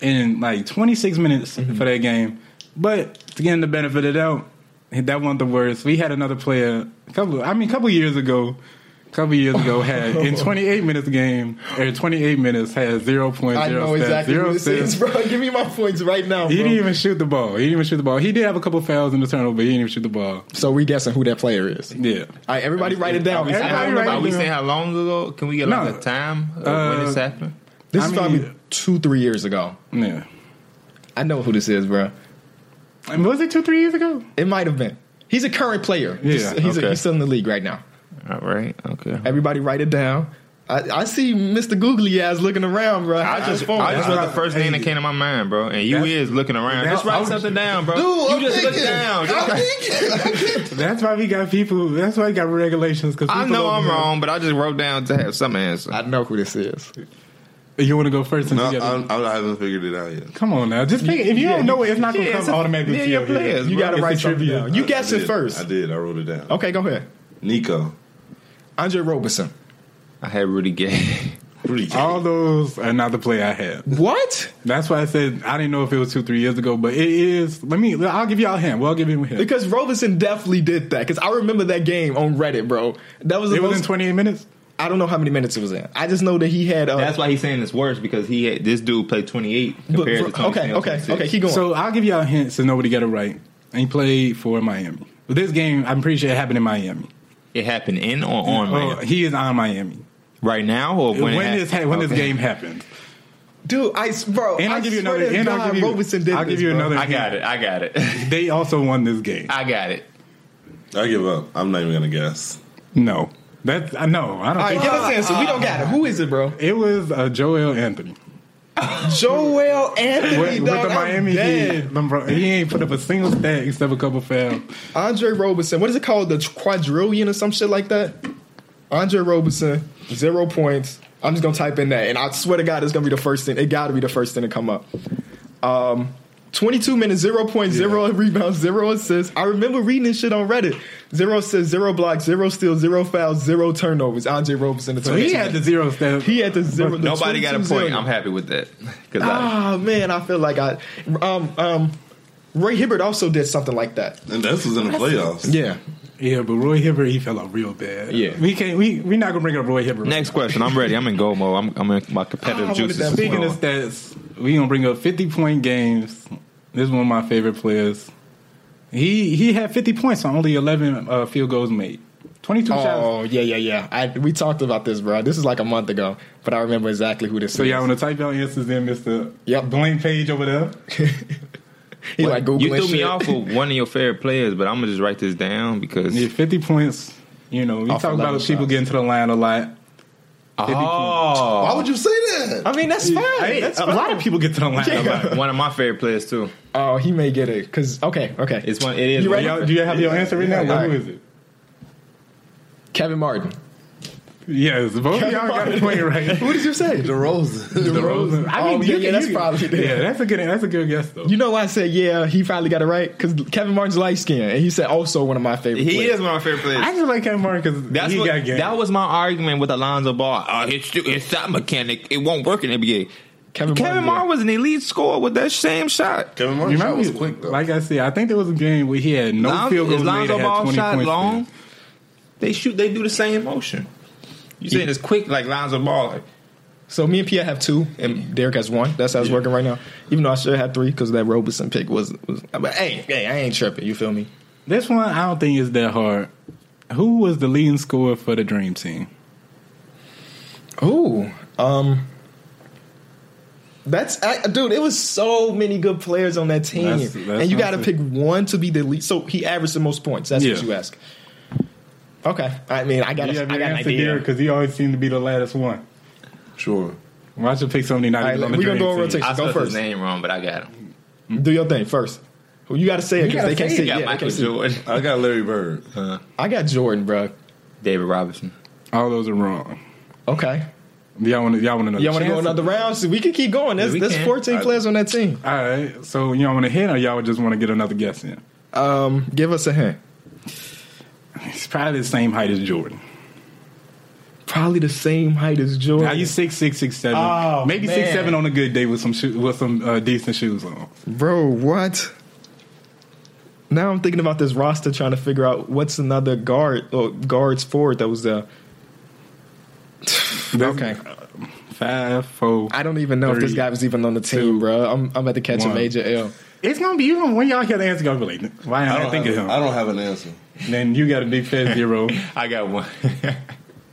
in like 26 minutes Mm-hmm. for that game. But to get him the benefit of the doubt, that wasn't the worst. We had another player a couple. I mean, a couple years ago, a couple years ago had in 28 minutes game or 28 minutes had zero point I zero know steps, exactly zero what this is, assists. bro. Give me my points right now, He didn't bro. even shoot the ball. He didn't even shoot the ball. He did have a couple fouls in the turnover, but he didn't even shoot the ball. So we guessing who that player is. All Yeah. right, everybody write it down. Everybody I don't know write it Are we down. saying how long ago? Can we get like No. a time of Uh, when this happened? This I is mean- probably two, three years ago. Yeah. I know who this is, bro. And was it two, three years ago? It might have been. He's a current player. He's, Yeah, he's, okay. he's still in the league right now. All right. Okay. Everybody write it down. I, I see Mr. Googly eyes looking around, bro. I just, phone. I just I- was the first hey, thing that came to my mind, bro. And you that's- is looking around. that's- Just write I'm- something down, bro. Dude, you I'm just thinking. look down. Just- I'm thinking. That's why we got people. That's why we got regulations. Because I know I'm wrong, but I just wrote down to have some answer. I know who this is. You want to go first? Since No, you got I'm, I'm, I haven't figured it out yet. come on now, just pick. it. If you don't know it, it's not gonna Yeah, it's come a- automatically yeah, to your your head. players, You bro. got to It's write a something trivia. down. You I- guess I it did. I first. did. I wrote it down. Okay, go ahead. Nico. Andre Robeson. I had Rudy Gay. Pretty All those are not the play I had. What? That's why I said I didn't know if it was two, three years ago, but it is. Let me. I'll give y'all a hand. Well, I'll give him a hand. Because Robeson definitely did that. Because I remember that game on Reddit, bro. That was the It was in most. 28 minutes. I don't know how many minutes it was in. I just know that he had. Uh, That's why he's saying it's worse because he had, this dude played 28 but- compared to but- 20 okay, okay, okay. Keep going. So I'll give y'all a hint so nobody got it right. And he played for Miami. But this game, I'm pretty sure it happened in Miami. It happened in or on Oh, Miami? he is on Miami. right now or when, When, it Oh, this ha- happened? when this Okay. game happened, Dude, I s- bro. and I I'll give you swear another. to And I'll God, give you. Robeson did I'll this, give you bro. another. I hint. got it. I got it. They also won this game. I got it. I give up. I'm not even gonna guess. no, that's I know. I don't. All right, think give us an answer. We don't got it. Who is it, bro? it was uh, Joel Anthony Joel Anthony, with, with dog, the I'm Miami Heat. dead. LeBron, he ain't put up a single stat except a couple fouls. Andre Robeson. What is it called? The quadrillion or some shit like that? Andre Robeson, zero points. I'm just gonna type in that, and I swear to God, it's gonna be the first thing. It gotta be the first thing to come up. Um, 22 minutes, zero point zero rebounds, zero assists. I remember reading this shit on Reddit. Zero assists, zero blocks, zero steals, zero fouls, zero turnovers. Andre Robeson. The So he had the zero stat. he had the zero. the Nobody got a 22 point. zero. I'm happy with that. 'Cause I- Ah man, I feel like I um um Ray Hibbert also did something like that. And this was in the playoffs. Yeah. yeah, but Roy Hibbert he fell out real bad. Yeah. we can't. We we not gonna bring up Roy Hibbert. next question. I'm ready. I'm in go mode. I'm, I'm in my competitive Ah, I wanted juices. that is Speaking of flowing. stats, we gonna bring up fifty point games. This is one of my favorite players. He he had fifty points on only eleven uh, field goals made, twenty two shots. Oh yeah, yeah, yeah. I, we talked about this, bro. This is like a month ago, but I remember exactly who this So is. y'all want to type y'all answers in, Mister? Yep. blank page over there. he like Googling you threw me shit. off with one of your favorite players, but I'm gonna just write this down because Yeah, fifty points. You know, we Off talk 11 about people shots. getting to the line a lot. 50 oh, Why would you say that? I mean, that's fine. Hey, that's a fine. lot of people get to the line a lot. one of my favorite players too. Oh, he may get it because okay, okay. It's one. It is. You one ready? of my Y'all, do you have your answer right now? Yeah. Who is it? Kevin Martin. Yes, both of y'all got a point right. Who did you say? DeRozan. DeRozan. I Oh, yeah, mean, you can- yeah, you that's can- probably there. yeah. That's a good. That's a good guess though. You know why I said yeah? He finally got it right because Kevin Martin's light skinned and he said also one of my favorite. favorite- He players. is one of my favorite players. I just like Kevin Martin because That's he what, got game. that was my argument with Alonzo Ball. Uh, his, shoot- his shot mechanic it won't work in NBA. Kevin Kevin, Martin, Martin, yeah. was an elite scorer with that same shot. Kevin Martin shot Remind was me, quick though. like I said, I think there was a game where he had no Lon- field is goals made Lonzo and had Ball twenty shot points. long? They shoot. They do the same motion. You saying it's quick like Lonzo Ball? Like, So me and Pierre have two, and Derek has one. That's how it's working right now. Even though I should have three because that Robeson pick was. was but hey, hey, I ain't tripping. You feel me? This one I don't think is that hard. Who was the leading scorer for the Dream Team? Ooh, um, that's I, dude. It was so many good players on that team, That's- that's and you got to not pick one to be the lead. So he averaged the most points. That's Yeah. what you ask. Okay, I mean, I got, a, I You have got your an answer idea. there because he always seemed to be the latest one. Sure. Why should pick somebody not All right, even on the we Dream gonna go Team? on rotation. I Go spelled his first. name wrong, but I got him. Do your thing first. Who you got to say it because gotta they can't say see. He it. got Yeah, they Michael can't see. it. Jordan, I got Larry Bird. I got Jordan, bro. David Robinson. All those are wrong. Okay, Y'all want to y'all want another? y'all want to go chance? another round? So we can keep going. There's, we there's can. 14 I- players on that team. All right. So y'all want to hit or y'all just want to get another guess in? Um, give us a hint. He's probably the same height as Jordan. Probably the same height as Jordan. Now you six six six seven, Oh, maybe man. six seven on a good day with some sho- with some uh, decent shoes on. Bro, what? Now I'm thinking about this roster trying to figure out what's another guard or guards forward that was there. Okay. Five, four. I don't even know if this Three, guy was even on the team, two, bro. I'm, I'm about to catch a one. major L. It's gonna be you know when y'all hear the answer, y'all be like, why am I, I don't, thinking have, him? I don't have an answer. then you got a big fat zero. I got one.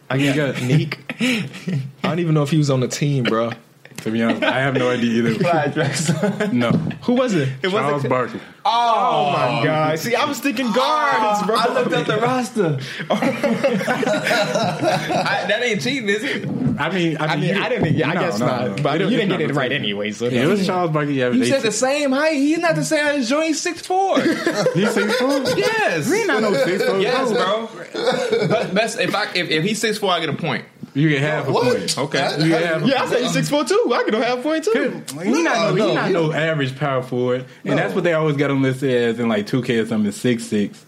I got Neek. I don't even know if he was on the team, bro. To be honest, I have no idea either. Clyde Drexler. No, Who was it? It Charles Barkley. Oh my god! See, I was thinking guards, bro. Ah, I looked up the roster. I, that ain't cheating, is it? I mean, I mean, I mean, you- I didn't. Yeah, I no, guess no, not. no. But It you was- didn't it's get it right not rotated. anyway. So Yeah, it was Charles Barkley. Yeah, You they- said the same height. He's not the same height as Joey six four. He's six foot. yes. He not no six foot. Yes, bro. bro. But best if I if, if he's six four, I get a point. You can have a What? point. Oh, Okay. How- You how- have Yeah, I said he's six foot two. I could have half point too. He not no, No, he not no. no average power forward, and No. that's what they always got him listed as in like two K or something six six.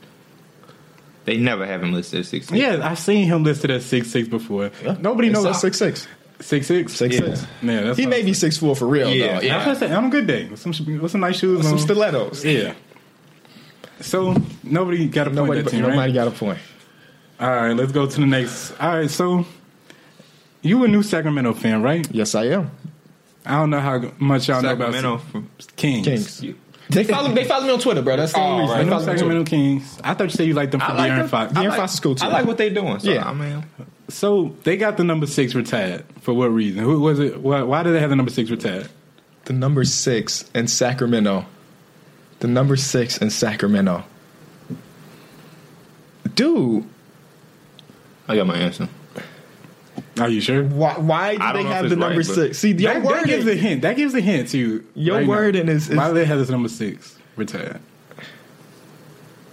They never have him listed as six. Yeah, I've seen him listed as six six before. Nobody He knows that's knows six six. six six. Six Yeah. six. Yeah, that's He what may I'm be six four for real Yeah, though. yeah. I was gonna say on a good day with some sh- with some nice shoes Some on. stilettos. yeah. So nobody got a point Nobody, that team, nobody right? got a point. All right, let's go to the next. All right, so you a new Sacramento fan, right? Yes, I am. I don't know how much y'all know Sacramento. about Kings. Kings. They follow. They follow me on Twitter, bro. That's the Oh, only right. reason. They I know follow me on Twitter. Sacramento Kings. I thought you said you liked them for I like De'Aaron them. Fox. De'Aaron I Fox is cool too. I like what they're doing. So, Yeah. I mean, So they got the number six retired. For what reason? Who was it? Why, why did they have the number six retired? the number six in Sacramento. The number six in Sacramento. Dude, I got my answer. Are you sure? why, why do I they don't know if have it's the number right, but- six? See, your that, that gives a wording, hint. That gives a hint to you. your right now. wording is, is Why did they have this number six retired?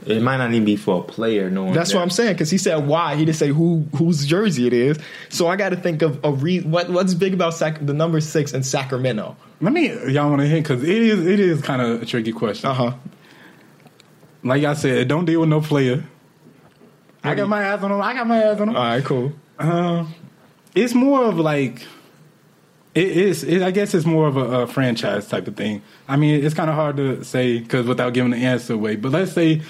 It might not even be for a player. Knowing that's what I'm saying. Because he said why, he didn't say who whose jersey it is. So I got to think of a re- what what's big about Sac- the number six in Sacramento. Let me y'all want to hint because it is it is kind of a tricky question. Uh Uh-huh. huh. Like I said, it don't deal with no player. I got my eyes on them. I got my eyes on them. All right, cool. Um, it's more of like it is. It, I guess it's more of a, a franchise type of thing. I mean, it's kind of hard to say because without giving the answer away. But let's say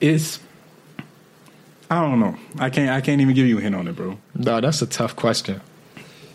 it's. I don't know. I can't. I can't even give you a hint on it, bro. No, that's a tough question.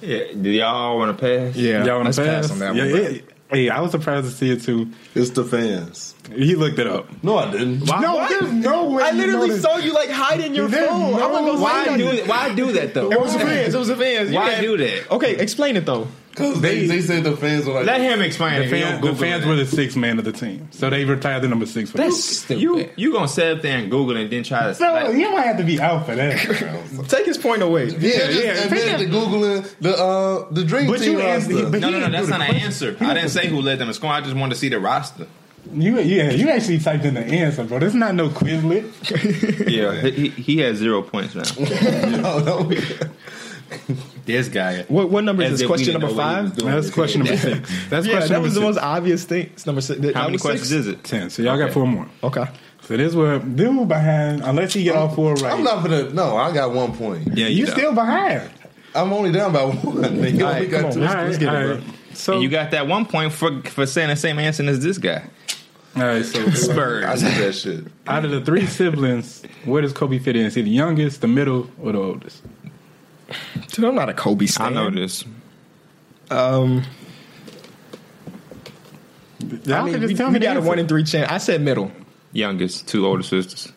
Yeah. Do y'all want to pass? Yeah, Y'all wanna let's pass? pass? on that Yeah, one. bro. it- hey, I was surprised to see it too. It's the fans. He looked it up. No, I didn't. No, What? there's no way. I you know literally this. saw you like hiding your There's phone. I no wasn't gonna Why say do nothing. that? Why do that though? It was the fans. It was the fans. You Why can't- do that? Okay, explain it though. Because they, They- they said the fans were like, Let him explain. The, it. fan, the fans were the sixth man of the team, so they retired the number six. For That's that. stupid. You you gonna sit up there and Google and then try to so like, you might have to be out for that. Take his point away. yeah, just yeah, admit the googling the uh the dream But team you asked- roster. but- No, no, no. didn't That's do the not an answer. I didn't say who led them in scoring. I just wanted to see the roster. You yeah, you actually typed in the answer, bro. This is not no Quizlet. Yeah, he, he has zero points now. No, no. this guy. What what number As is this? if we Question didn't number know what he five. was doing. That's question number six. That's Yeah, question that was the number most obvious thing. It's number six. That How many was questions six? is it? ten. So y'all got four more. Okay. So this where this was behind. Unless you get all four right, I'm not gonna. No, I got one point. Yeah, you got- still behind. I'm only down by one. They only right, got come on, two. Let's- let's get it, all bro. right. So And you got that one point for for saying the same answer as this guy. all right. So I Spurs. did that shit. out of the three siblings, where does Kobe fit in? Is he the youngest, the middle, or the oldest? Dude, I'm not a Kobe I stan. know this. Um, I Y'all mean, can we, just tell we me the got a answer. one in three chance. I said middle. Youngest, two older sisters.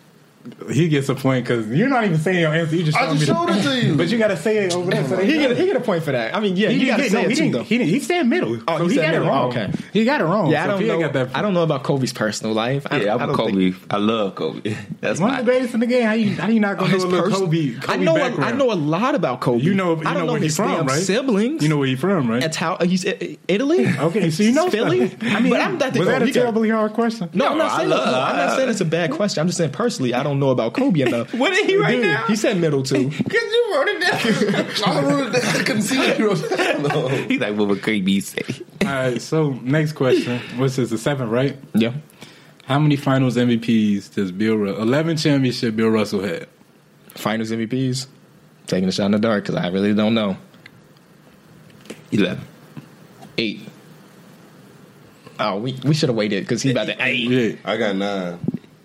He gets a point because you're not even saying your answer. You just I showing just me the- showed it to you. But you got to say it over there. So they He know. get, he get a point for that. I mean, yeah, you didn't gotta get- say no, it he too, didn't, though. He, didn't, he said middle. Oh, so he he, said got middle. it wrong. Oh, okay. He got it wrong. yeah, I so don't he know. Got that I don't know about Kobe's personal life. I, Yeah, I I'm don't Kobe. think- I love Kobe. That's One my. of the greatest in the game. How you how you not Oh, gonna his know a little person- Kobe, Kobe I know. A, background? I know a lot about Kobe. You know. You I don't know, where his he's from, damn right? siblings. You know where he's from, right? That's how uh, he's I- Italy. okay, so you know Philly. stuff. I mean, but I'm not was that a Kobe guy. terribly hard question? No, I'm No, not saying I that's- love- I'm not saying it's a bad question. I'm just saying personally, I don't know about Kobe enough. What did he write Dude, down? He said middle too. Cause you wrote it down. I wrote it down. I couldn't see you wrote it down. He's like, what would Kobe say? All right. So next question, which is the seventh, right? yeah. How many Finals MVPs does Bill Russell? Eleven championship Bill Russell had. Finals MVPs. Taking a shot in the dark because I really don't know. Eleven. Eight. Oh, we, we should have waited because he's about to eight. Yeah. I got nine.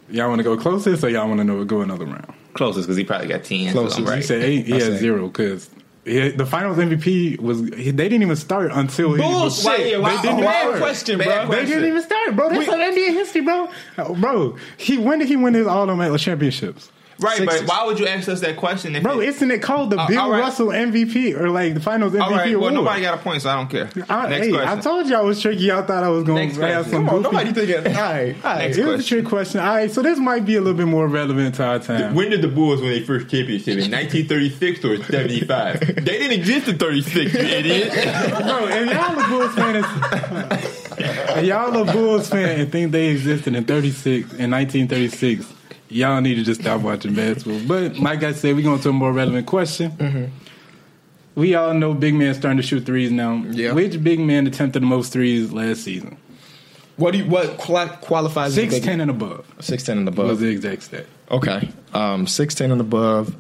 Y'all want to go closest, or y'all want to know go another round? Closest, because he probably got ten. so I'm Closest. You right. You said eight. I Yeah, said- zero. Because the Finals MVP was he, they didn't even start until he was. Why- yeah, why- They didn't why- even- question, Bad bro. They question. didn't even start, bro. That's We- an NBA history, bro. Oh, bro, he when did he win his all them championship championships? Right, Sixers. but why would you ask us that question? If Bro, it- isn't it called the Uh, Bill all right. Russell MVP or like the Finals MVP all right. Well, award? nobody got a point, so I don't care. I, Next hey, question. I told y'all it was tricky. Y'all thought I was going Next to have question. some Come on, goofy. nobody thinking. All right, all right. Next it was a question. trick question. All right, so this might be a little bit more relevant to our time. When did the Bulls win their first championship? In 1936 or 75? they didn't exist in 36, you idiot. Bro, if y'all a Bulls fan, is- if y'all a Bulls fan and think they existed in 36 in 1936, y'all need to just stop watching basketball. But like I said, we're going to a more relevant question. Mm-hmm. We all know big men starting to shoot threes now. Yeah. Which big man attempted the most threes last season? What do you, what quali- qualifies? as a Six, big- ten, and above Six ten and was above. the exact stat. Okay, um, six ten and above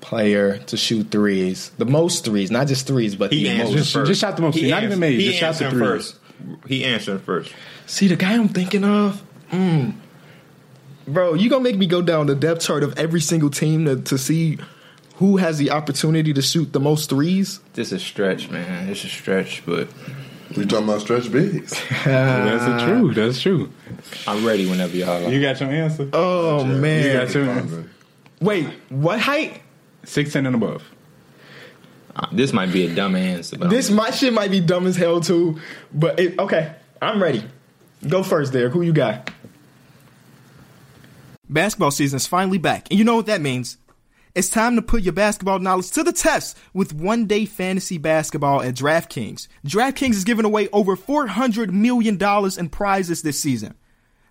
player to shoot threes. The most threes, not just threes, but He the answered most. Just- first. just shot the most. He Not even answered- made. He Just shot the answered three. first. He answered first. See the guy I'm thinking of. Mm. Bro, you gonna make me go down the depth chart of every single team to, to see who has the opportunity to shoot the most threes? This is stretch, man. This is stretch, but We talking about stretch bigs. Uh, That's true. That's true. I'm ready whenever y'all. Are. You got your answer. Oh You man! got your answer. Wait, what height? Six, ten, and above. Uh, This might be a dumb answer, but This I'm, my shit might be dumb as hell too, but it, okay, I'm ready. Go first, Derek. Who you got? Basketball season is finally back, and you know what that means. It's time to put your basketball knowledge to the test with one day fantasy basketball at DraftKings. DraftKings is giving away over $400 million in prizes this season.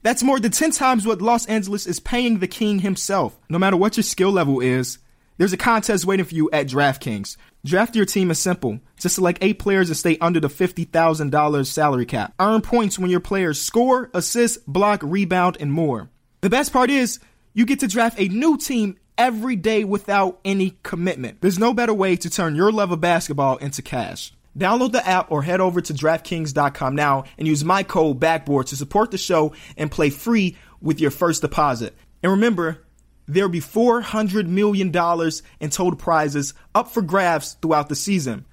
That's more than 10 times what Los Angeles is paying the king himself. No matter what your skill level is, there's a contest waiting for you at DraftKings. Draft your team is simple. Just select eight players and stay under the $50,000 salary cap. Earn points when your players score, assist, block, rebound, and more. The best part is, you get to draft a new team every day without any commitment. There's no better way to turn your love of basketball into cash. Download the app or head over to DraftKings.com now and use my code BACKBOARD to support the show and play free with your first deposit. And remember, there'll be $400 million in total prizes up for grabs throughout the season.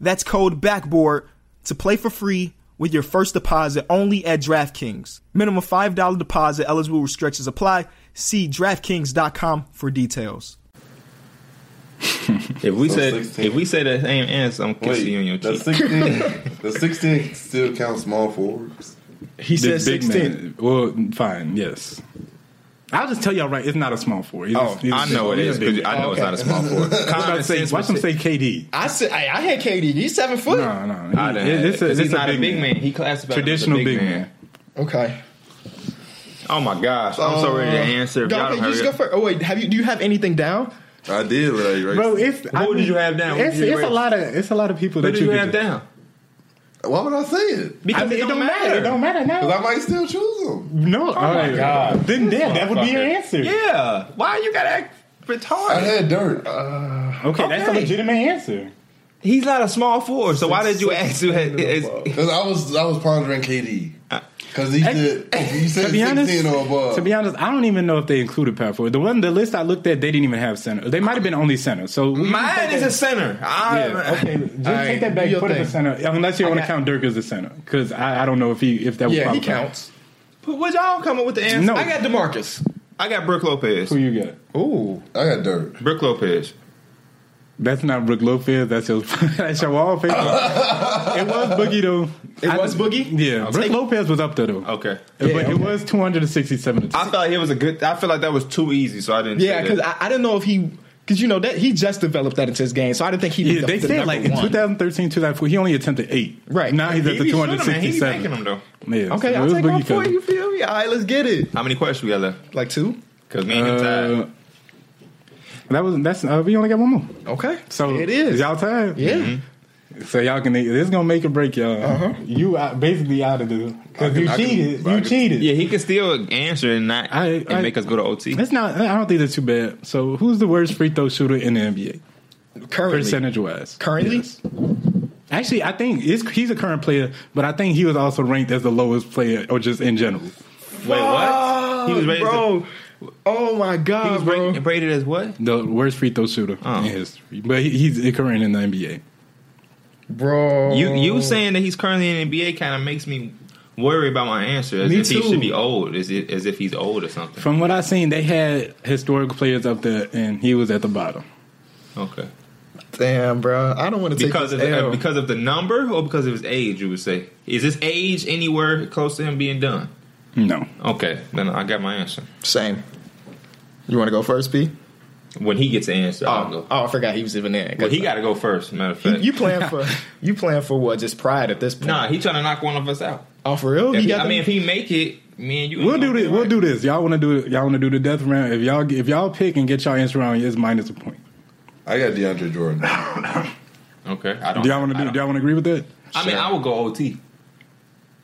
That's code BACKBOARD to play for free with your first deposit only at DraftKings. Minimum $5 deposit, eligible restrictions apply. See DraftKings.com for details. if we So said 16. if we sasay the same answer, I'm kissing you on your the cheek. sixteen, the sixteen still counts small forwards. He The big man. Well, fine. Yes. I'll just tell y'all right. It's not a small four. He's Oh, a- he's a I big- know it he's a is. big 'cause man. I know it's Okay. not a small forward. I'm about Common to say, sense watch him would say KD. I said I, I had KD. He's seven foot. No, no. I He- done had it, it's a- 'cause he's it's not a big man. He classified Traditional as a big man. Okay. Oh my gosh, I'm so ready to answer. If Go- y'all okay, don't you just hurry go up. first. Oh wait, have you? Do you have anything down? I did like right. Bro, it's. I Who did mean, you have down? Who It's, did you it's a rate? lot of it's a lot of people Who that did you could have do. down? Why would I say it? Because I mean, it don't matter. It don't matter now. Because I might still choose them. no. Oh my God. Then yeah, that would be your Motherfucker. answer. Yeah. Why you gotta act I retarded? had Dirk. Okay, that's a Okay. legitimate answer. He's not a small forward, so why did you ask? Who had, is, Because I was I was pondering KD. Because he said he said To be sixteen honest, or above. to be honest, I don't even know if they included power forward. The one the list I looked at, they didn't even have center. They might have been only center. So we- mine is a center. I, Yeah. Okay. Just take right, that back. do your Put him thing. as center, unless you want to got- count Dirk as a center, because I, I don't know if he if that would Yeah, he qualify. counts. But would y'all come up with the answer? No. I got Demarcus. I got Brooke Lopez. Who you got? Ooh, I got Dirk. Brooke Lopez. That's not Brooke Lopez. That's your that's your wall paper. it was Boogie though. it was Boogie. Yeah, Brooke take- Lookie was up there though. Okay. but it was two hundred and sixty-seven. I thought it was a good. I feel like that was too easy, so I didn't. Yeah, say because that. I, I didn't know if he, because you know that he just developed that into his game, so I didn't think he. Yeah, the, they the said number like in one. 2013, 2004, he only attempted eight. Right. now, he's He at the be shooting him, man. He be 267. making them, though. Yeah, Okay, so I'll it was take one Boogie for Cousins. you. Feel me? All right, let's get it. How many questions we got left? Like two. Because me and him tied. Uh, that was that's uh, we only got one more. Okay, So it is. y'all time. yeah. So y'all can this gonna make or break y'all. You out, basically out of the because you Uh-huh. I can- cheated. I you can- cheated. Yeah, he can still answer and not I- and I- make us go to OT. It's not. I don't think that's too bad. So who's the worst free throw shooter in the NBA Currently, percentage wise? currently, Actually, I think it's, he's a current player, but I think he was also ranked as the lowest player, or just in general. Wait, what? He was rated. As, bro. Oh my god, he was bro. rated, rated as what? The worst free throw shooter Oh. in history, but he, he's current in the NBA. bro. You you saying that he's currently in the NBA kind of makes me worry about my answer as Me if he too. should be old, as if, as if he's old or something. From what I seen, they had historical players up there, and he was at the bottom. Okay, Damn, bro. I don't want to take because of this the, L. uh, because of the number or because of his age, you would say is his age anywhere close to him being done? No, Okay, then I got my answer. Same. You want to go first, P? When he gets the answer, I'll Oh, go. oh, I forgot he was even there. Well, he got to go first. Matter of You, fact, you plan for you plan for what? Just pride at this point. nah, he trying to knock one of us out. Oh, for real? If He he- got I them- mean, if he make it, me and you. we'll do this. We'll do this. Y'all want to do? Y'all want to do the death round? If y'all if y'all pick and get y'all answer wrong, it's minus a point. I got DeAndre Jordan. Okay, I don't. Do y'all want to do? I, Do don't- y'all want to agree with that? I mean, I will go OT.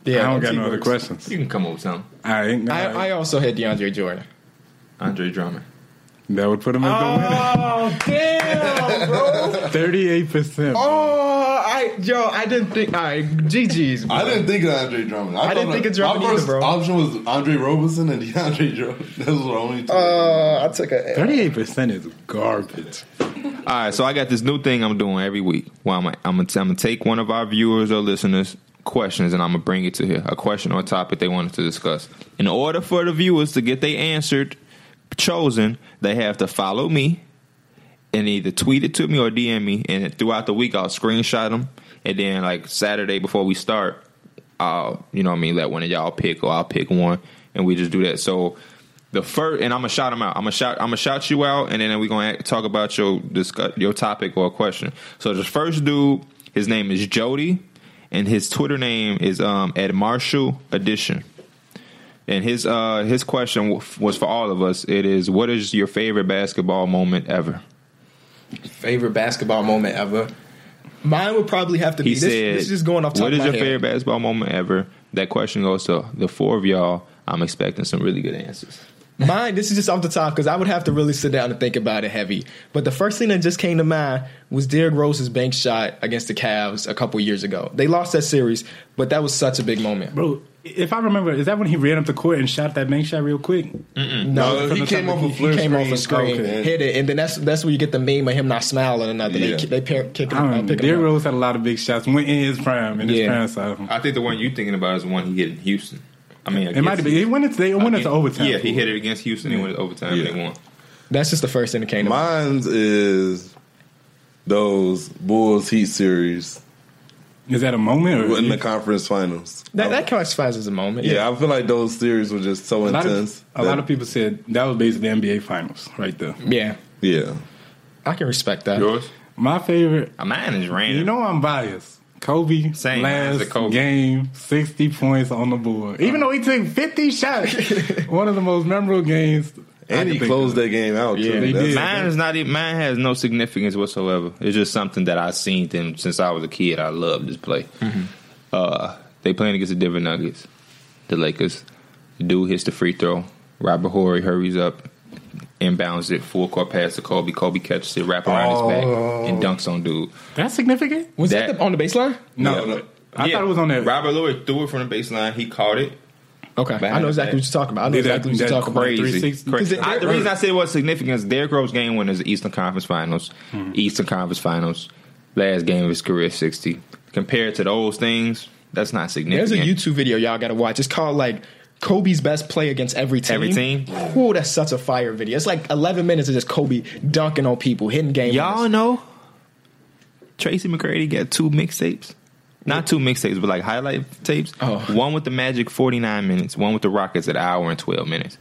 yeah, I don't that got team no other works. questions. You can come up with something. All right, I, I also had DeAndre Jordan. Andre Drummond. that would put him as Oh damn, bro! the winner. Thirty-eight percent. Oh, I yo, I didn't think. All right, GG's. Bro. I didn't think of Andre Drummond. I, I didn't thought think of my Drummond either, first bro. Option was Andre Roberson and DeAndre Jordan. Those were the only two. Uh, I took a. Thirty-eight percent is garbage. All right, so I got this new thing I'm doing every week. Well, I'm gonna I'm gonna- I'm gonna take one of our viewers or listeners' questions and I'm gonna bring it to here a question or a topic they wanted to discuss. In order for the viewers to get they answered chosen, they have to follow me and either tweet it to me or DM me. And throughout the week, I'll screenshot them. And then like Saturday before we start, I'll you know what I mean let one of y'all pick or I'll pick one and we just do that. So the first and I'm gonna shout them out. I'm gonna shout. I'm gonna shout you out, and then we're gonna act- talk about your discuss your topic or question. So the first dude, his name is Jody, and his Twitter name is um at Marshall Edition. And his uh his question w- was for all of us. It is, what is your favorite basketball moment ever? Favorite basketball moment ever. Mine would probably have to be. He This, said, this is just going off. Top What is of my your head. favorite basketball moment ever? That question goes to the four of y'all. I'm expecting some really good answers. Mine, this is just off the top because I would have to really sit down and think about it heavy. But the first thing that just came to mind was Derrick Rose's bank shot against the Cavs a couple years ago. They lost that series, but that was such a big moment. Bro, if I remember, is that when he ran up the court and shot that bank shot real quick? No, he came off a he flare came off a screen. screen, Okay. hit it, and then that's that's where you get the meme of him not smiling or nothing. Yeah. They, they pair, kick him, I uh, do pick him up. Um, Rose had a lot of big shots. Went in his prime, in his Yeah. prime, Uh, so I think the one you're thinking about is the one he hit in Houston. I mean, it might have been. It went into, it went into overtime. Yeah, he hit it against Houston. He went to overtime Yeah. and they won. That's just the first thing that came to mind. Mine's is those Bulls Heat series Is that a moment? Or in the conference finals. That, that classifies as a moment. Yeah. yeah, I feel like those series were just so a lot, intense. of, a lot of people said that was basically NBA Finals right there. Yeah. yeah. I can respect that. Yours? My favorite. Uh, Mine is random. You know I'm biased. Kobe Same, mine's last a Kobe. game, sixty points on the board. Even though he took fifty shots, one of the most memorable games. I And can he think closed of. that game out Yeah, too. they That's- did. Mine is not. even- Mine has no significance whatsoever. It's just something that I've seen them since I was a kid. I love this play. Mm-hmm. Uh, they playing against the Denver Nuggets, the Lakers. The dude hits the free throw. Robert Horry hurries up, inbounds it, full court pass to Kobe. Kobe catches it, wrap around his back, and dunks on dude. That's significant. Was that, That- the, on the baseline? No, Yeah. I thought it was on that. Robert Lewis threw it from the baseline. He caught it. Okay. I Behind know the exactly back. what you're talking about. I know Yeah, that- exactly what you're that's talking about. crazy. 360. Crazy. Because crazy. it- I, the reason I said what's significant is Derrick Rose game winner is the Eastern Conference Finals. Hmm. Eastern Conference Finals, last game of his career, sixty. Compared to those things, that's not significant. There's a YouTube video y'all gotta watch. It's called like Kobe's best play against every team. Every team? Ooh, that's such a fire video. It's like 11 minutes of just Kobe dunking on people, hitting game. Y'all winners. know Tracy McGrady got two mixtapes. Not two mixtapes, but like highlight tapes. Oh. One with the Magic, forty nine minutes. One with the Rockets, at an hour and twelve minutes.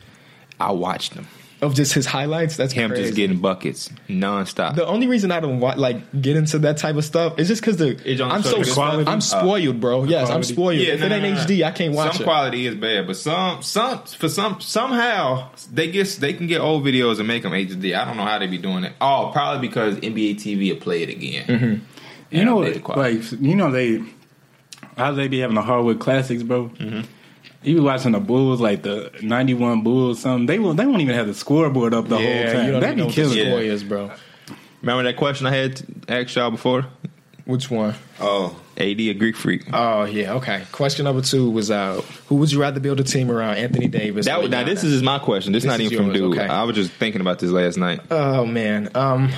I watched them. of just his highlights. That's Him crazy. just getting buckets nonstop. The only reason I don't want like get into that type of stuff is just because the Uh, It don't I'm show so the quality? I'm spoiled, bro. Yes, I'm quality. spoiled. if it no, ain't no, no, no. HD, I can't watch some it. quality is bad, but some some for some somehow they get they can get old videos and make them HD. I don't know how they be doing it. Oh, probably because NBA TV will play it again. You know, Yeah, they quiet. like you know they how they be having the hardwood classics, bro. You be watching the Bulls, like the '91 Bulls, something. They will. They won't even have the scoreboard up the yeah, whole time. you don't That'd even know be what the killing. score me. Yeah. is, bro. Remember that question I had asked y'all before? Which one? Oh, AD a Greek freak. Oh yeah, okay. Question number two was uh, who would you rather build a team around? Anthony Davis. That or was- now this Giannis? is my question. This, This not is even from yours, dude. okay. I was just thinking about this last night. Oh man, um,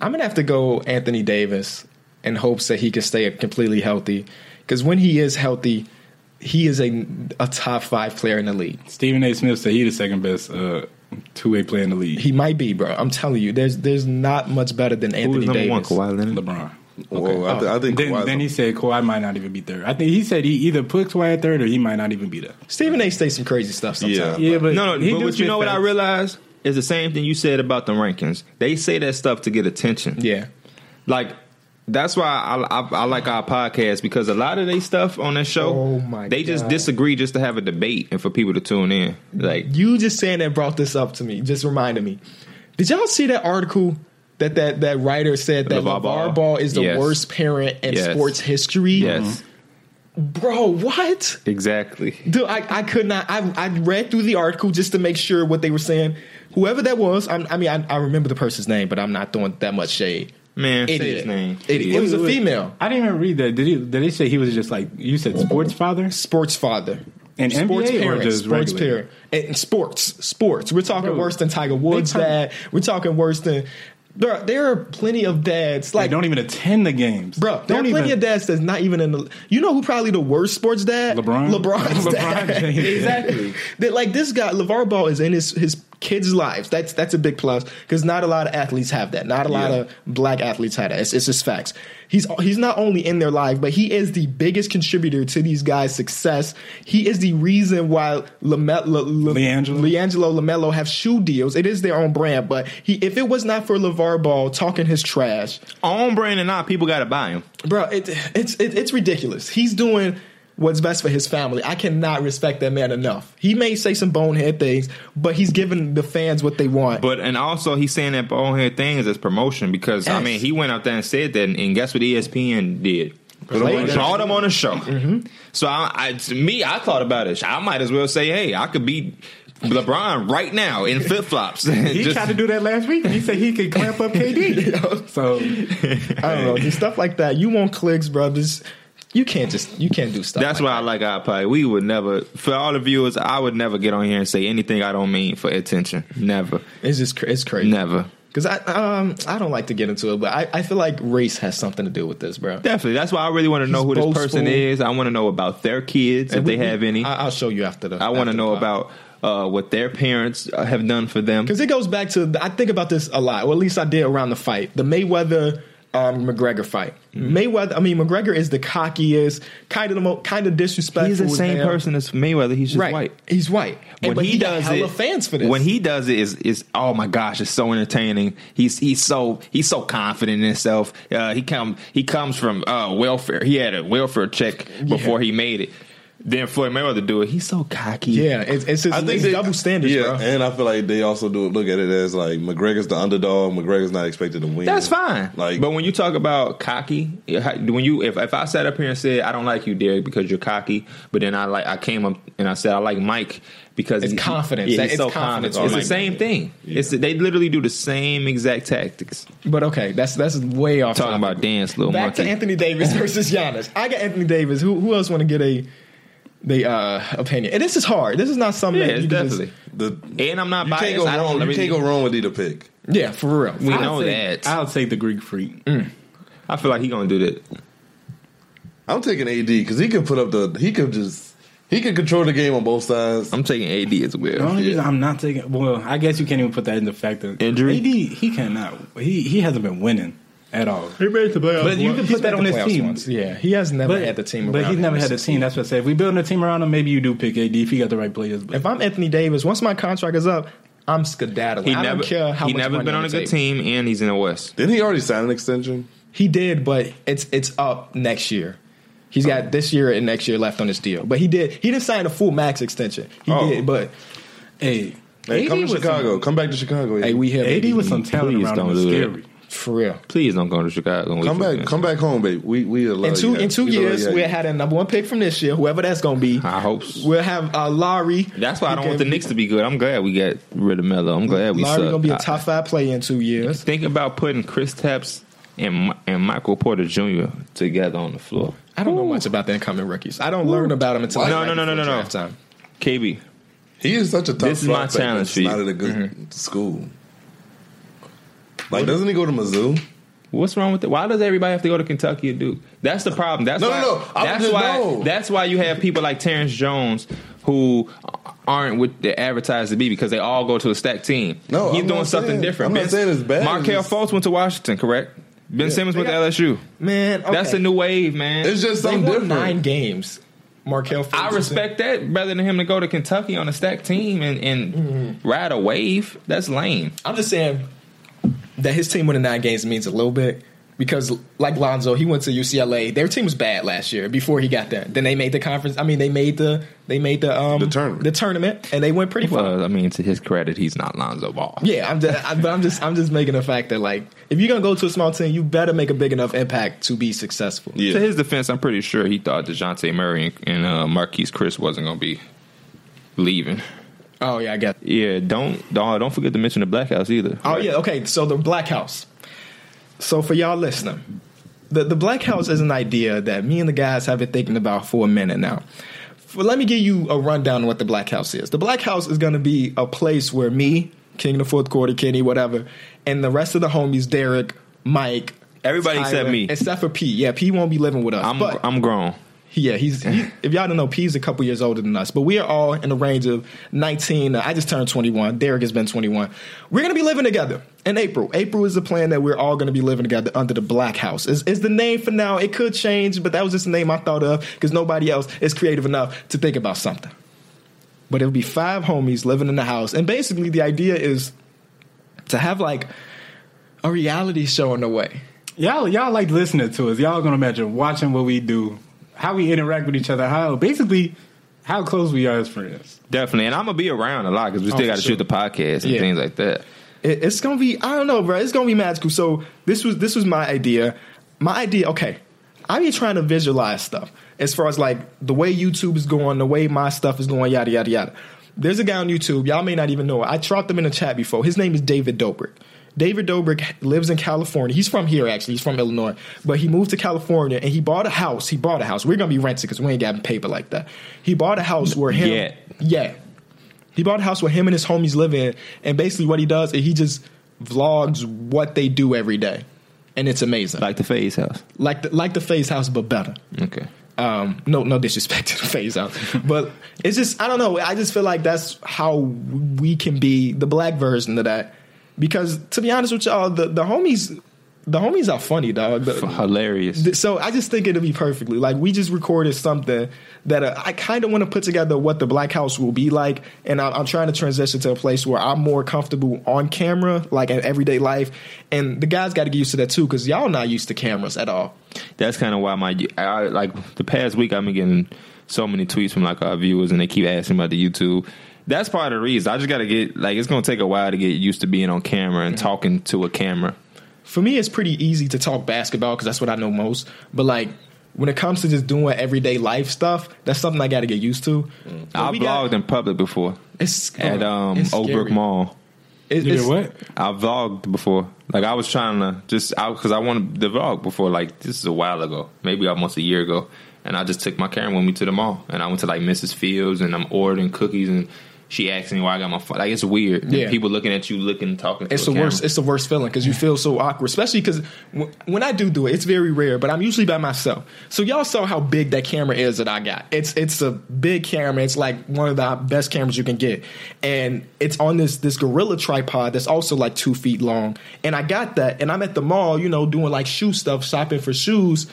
I'm gonna have to go Anthony Davis in hopes that he can stay completely healthy. Because when he is healthy, he is a a top five player in the league. Stephen A. Smith said he the second best uh, two way player in the league. He might be, bro. I'm telling you, there's there's not much better than Who Anthony was number Davis. one? Kawhi Leonard. LeBron. Well, I, th- I think Oh. Then, Kawhi's then he said Kawhi might not even be third. I think he said he either put Kawhi at third or he might not even be there. Stephen A. stays some crazy stuff sometimes. Yeah. Yeah, but no, no. he But do what you fit know what I facts. realized is the same thing you said about the rankings. They say that stuff to get attention. Yeah. Like that's why I, I, I like our podcast because a lot of they stuff on that show, Oh my they just God. disagree just to have a debate and for people to tune in. Like You just saying that brought this up to me. Just reminded me. Did y'all see that article that that, that writer said that LeVar LeVar Ball. Ball, is the Yes. worst parent in Yes. sports history? yes, Bro, what? exactly. Dude, I, I could not. I, I read through the article just to make sure what they were saying. Whoever that was, I'm, I mean, I, I remember the person's name, but I'm not throwing that much shade. Man, say Idiot. his name. Idiot. It was a Wait, wait. female. I didn't even read that. Did, he, did they say he was just like you said, sports father Sports father. and sports NBA parent. or just sports regular? parent. And and sports. Sports. We're talking Bro, worse than Tiger Woods' they turn- dad. We're talking worse than. There are, there are plenty of dads. They Like, don't even attend the games, Bro, there are Don't plenty even. of dads that's not even in the. You know who probably the worst sports dad? LeBron? LeBron's LeBron dad. James. exactly. that like this guy, LeVar Ball is in his his kids' lives. That's that's a big plus because not a lot of athletes have that. Not a lot of black athletes have that. It's, it's just facts. He's he's not only in their life, but he is the biggest contributor to these guys' success. He is the reason why Lame, Le, Le- LiAngelo? D'Angelo Lamello have shoe deals. It is their own brand, but he if it was not for LeVar Ball talking his trash, On brand and not, people got to buy him. bro it, it's it, it's ridiculous he's doing what's best for his family i cannot respect that man enough he may say some bonehead things but he's giving the fans what they want But and also he's saying that bonehead things as promotion because I Yes. mean he went out there and said that and, and guess what E ESPN did. Played him. Mm-hmm. Brought him on a show. So I, I, to me, I thought about it. I might as well say, hey, I could be LeBron right now in flip flops. He tried to do that last week. and He said he could clamp up KD. so i don't know just stuff like that you want clicks bro just you can't just you can't do stuff That's like why I like our pod. We would never, for all the viewers, I would never get on here and say anything I don't mean for attention. Never, that. it's just cra- it's crazy never. because i um i don't like to get into it but i i feel like race has something to do with this bro Definitely. That's why I really want to know who this person boastful. is. I want to know about their kids if they have any. I, will show you after the I want after to the know pod. about uh, what their parents uh, have done for them. because it goes back to I think about this a lot, or at least I did around the fight, the Mayweather um, McGregor fight. Mm-hmm. Mayweather, I mean McGregor is the cockiest, kind of the most kind of disrespectful. He's the as same hell. person as Mayweather. He's just right? white. He's white. And- When but he, got does hella it, fans for this. when he does it, is is oh my gosh, it's so entertaining. He's he's so he's so confident in himself. Uh, he come he comes from uh, welfare. He had a welfare check before he made it. Then Floyd Mayweather do it. He's so cocky. yeah, it's it's, just, it's they- double standards, yeah, bro. and I feel like they also do look at it as like McGregor's the underdog. McGregor's not expected to win. That's fine. Like, but when you talk about cocky, when you if, if I sat up here and said I don't like you, Derek, because you're cocky, but then I like I came up and I said I like Mike because It's he- confidence. Yeah, That- he's it's so confidence. confident. Oh, It's the same Mike. thing. It's they literally do the same exact tactics. But okay, that's that's way off. Talking topic. about dance, little back to monkey. Anthony Davis versus Giannis. I got Anthony Davis. Who who else want to get a the uh, opinion? And this is hard. This is not something. yeah, that it's you can just- definitely. the And I'm not you biased. can't go I don't wrong. You really- can't go wrong with either pick. yeah, for real. We I'll know take- that. I'll take the Greek freak. I feel like he gonna do that. I'm taking AD because he could put up the. He could just. He could control the game on both sides. I'm taking AD as well. The only reason I'm not taking well, I guess you can't even put that into factor. Injury? AD, he cannot. He he hasn't been winning at all. He made the playoffs. But you once. can put that on his playoffs team. once. Yeah, he has never But, had the team. but around he's him never to had a succeed. team. That's what I said. If we building a team around him, maybe you do pick AD if you got the right players. If But I'm Anthony Davis, once my contract is up, I'm skedaddling. He I never don't care how he much never money been on a the good table. team, and he's in the West. Didn't he already sign an extension? He did, but it's it's up next year. He's got this year and next year left on his deal. But he did he didn't sign a full max extension. He Oh. did, but hey, Hey, AD come to was Chicago. come back to Chicago. hey, we here. AD baby. with some talent Please around him don't is do that. scary. for real. Please don't go to Chicago. and wait come for back. him. Come back home, babe. We we love In two you. in two We love years, you. we had a number one pick from this year, whoever that's gonna be. I hope. So. We'll have uh, Larry. That's why I He don't want the can- Knicks to be good. I'm glad we got rid of Melo. I'm glad we Larry suck. gonna be a I- top five player in two years. Think about putting Chris Tapps and Mi- and Michael Porter Jr. together on the floor. I don't know much about the incoming rookies. I don't learn about them until No, like no, no, no, before no, no. draft time. KB, He is such a top. This is my prospect, but challenge he's for Mm-hmm. you. Not at a good school. Like, doesn't he go to Mizzou? What's wrong with that? Why does everybody have to go to Kentucky and Duke? That's the problem. That's No, why. no, no. I That's just why. know. That's why you have people like Terrence Jones who aren't what they're advertised to be because they all go to a stacked team. No, he's I'm doing not something saying- different. I'm not saying it's bad. Markel It's- Fultz went to Washington, correct? Ben Simmons They went got- to LSU. Man, okay. That's the new wave, man. It's just They something won different. Nine games. Markel. I Fultz. respect that rather than him to go to Kentucky on a stacked team and, and Mm-hmm. ride a wave. That's lame. I'm just saying that his team winning nine games means a little bit because, like Lonzo, he went to UCLA. Their team was bad last year before he got there. Then they made the conference. I mean, they made the they made the um The tournament. the tournament, and they went pretty far. Well, I mean, to his credit, he's not Lonzo Ball. Yeah, I'm just, I, but I'm just I'm just making a fact that like if you're gonna go to a small team, you better make a big enough impact to be successful. To Yeah. his defense, I'm pretty sure he thought DeJounte Murray and, and uh, Marquise Chris wasn't going to be leaving. Oh yeah, I got. Yeah, don't don't, don't forget to mention the Black House either. Oh yeah, okay. So the Black House. So for y'all listening, the the Black House is an idea that me and the guys have been thinking about for a minute now. For, let me give you a rundown on what the Black House is. The Black House is going to be a place where me, King of the Fourth Quarter, Kenny, whatever, and the rest of the homies, Derek, Mike, Everybody except me. except for P. Yeah, P won't be living with us. I'm but I'm grown. yeah, he's. He, if y'all don't know, P's a couple years older than us, but we are all in the range of nineteen. uh, I just turned twenty-one. Derek has been twenty-one. We're gonna be living together in April. April is the plan that we're all gonna be living together under the Black House. Is is the name for now? It could change, but that was just the name I thought of because nobody else is creative enough to think about something. But it'll be five homies living in the house, and basically the idea is to have like a reality show in a way. Y'all, y'all like listening to us. Y'all gonna imagine watching what we do, how we interact with each other, how basically how close we are as friends. Definitely. And I'm going to be around a lot because we still for got to sure. shoot the podcast and Yeah. things like that. It, it's gonna be I don't know, bro. It's gonna be magical. So this was this was my idea. My idea. Okay, I be trying to visualize stuff as far as like the way YouTube is going, the way my stuff is going, yada yada yada. There's a guy on YouTube. Y'all may not even know. it. I dropped him in the chat before. His name is David Dobrik. David Dobrik lives in California. He's from here actually. He's from Illinois, but he moved to California and he bought a house. He bought a house. We're gonna be renting because we ain't got paper like that. He bought a house where him Yet. yeah. He bought a house where him and his homies live in, and basically what he does is he just vlogs what they do every day, and it's amazing. Like Like the Phase House. like the, like the Phase House, but better. Okay. Um, no no disrespect to the Phase House, but it's just I don't know. I just feel like that's how we can be the black version of that, because to be honest with y'all, the the homies. The homies are funny, dog. The- Hilarious. Th- So I just think it'll be perfectly like we just recorded something that uh, I kind of want to put together what the Black House will be like, and I, I'm trying to transition to a place where I'm more comfortable on camera, like in everyday life. And the guys got to get used to that too, because y'all not used to cameras at all. that's kind of why my I, like the past week I've been getting so many tweets from like our viewers and they keep asking about the YouTube. That's part of the reason. I just got to get like it's gonna take a while to get used to being on camera and talking to a camera. For me, it's pretty easy to talk basketball because that's what I know most. But like when it comes to just doing everyday life stuff, that's something I got to get used to. But Mm. I we vlogged got- in public before it's, at um it's Old Brook scary. Mall. It- You it's- did what? I vlogged before. Like I was trying to just out because I wanted to vlog before. Like this is a while ago, maybe almost a year ago, and I just took my camera with me to the mall, and I went to like Mrs. Fields, and I'm ordering cookies, and she asked me why I got my phone. Like it's weird. Yeah. people looking at you, looking, talking. To it's a the worst. camera. It's the worst feeling because you feel so awkward, especially because when I do do it, it's very rare. But I'm usually by myself. So y'all saw how big that camera is that I got. It's it's a big camera. It's like one of the best cameras you can get, and it's on this this gorilla tripod that's also like two feet long. And I got that, and I'm at the mall, you know, doing like shoe stuff, shopping for shoes.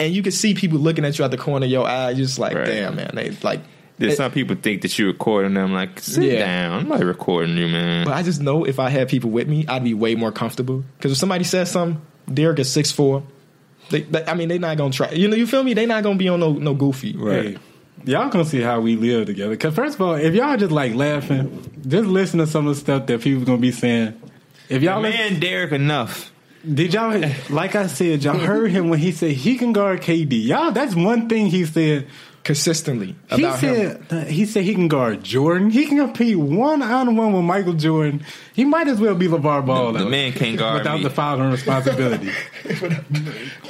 And you can see people looking at you out the corner of your eye. You're just like, Right. damn, man. They like. There's it- some people think that you're recording them. Like sit Yeah. down. I'm not recording you, man. But I just know if I had people with me, I'd be way more comfortable. Because if somebody says something, Derek is six four. They, they- I mean, they not gonna try. You know, you feel me? They not gonna be on no no goofy. Hey, y'all gonna see how we live together. Cause first of all, if y'all just like laughing, just listen to some of the stuff that people gonna be saying. If y'all listen- man, Derek, enough. Did y'all like I said, y'all heard him when he said he can guard KD. Y'all, that's one thing he said. Consistently He about him. said he said he can guard Jordan. He can compete one on one with Michael Jordan. He might as well be LeVar Ball. The though, man can't guard without me. the foul and responsibility.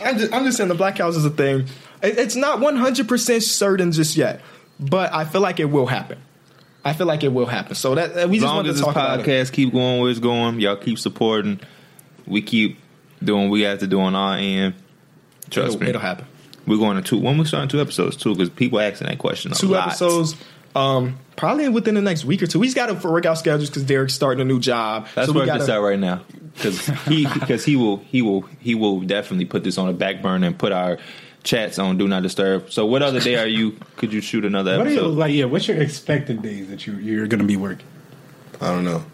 I'm just, I'm just saying the black house is a thing. It- it's not 100 percent certain just yet, but I feel like it will happen. I feel like it will happen. So that we As just long wanted as to this talk about it. podcast keep going where it's going, y'all keep supporting. We keep doing what we have to do on our end. Trust It'll, me, it'll happen. We're going to two. When we starting two episodes too, because people asking that question. A Two lot. episodes. Um, probably within the next week or two. We just got to work out schedules because Derek's starting a new job. Let's so we work gotta, this out right now because he because he will he will he will definitely put this on a back burner and put our chats on do not disturb. So what other day are you? Could you shoot another What are you, episode? like? Yeah, what's your expected days that you you're going to be working? I don't know.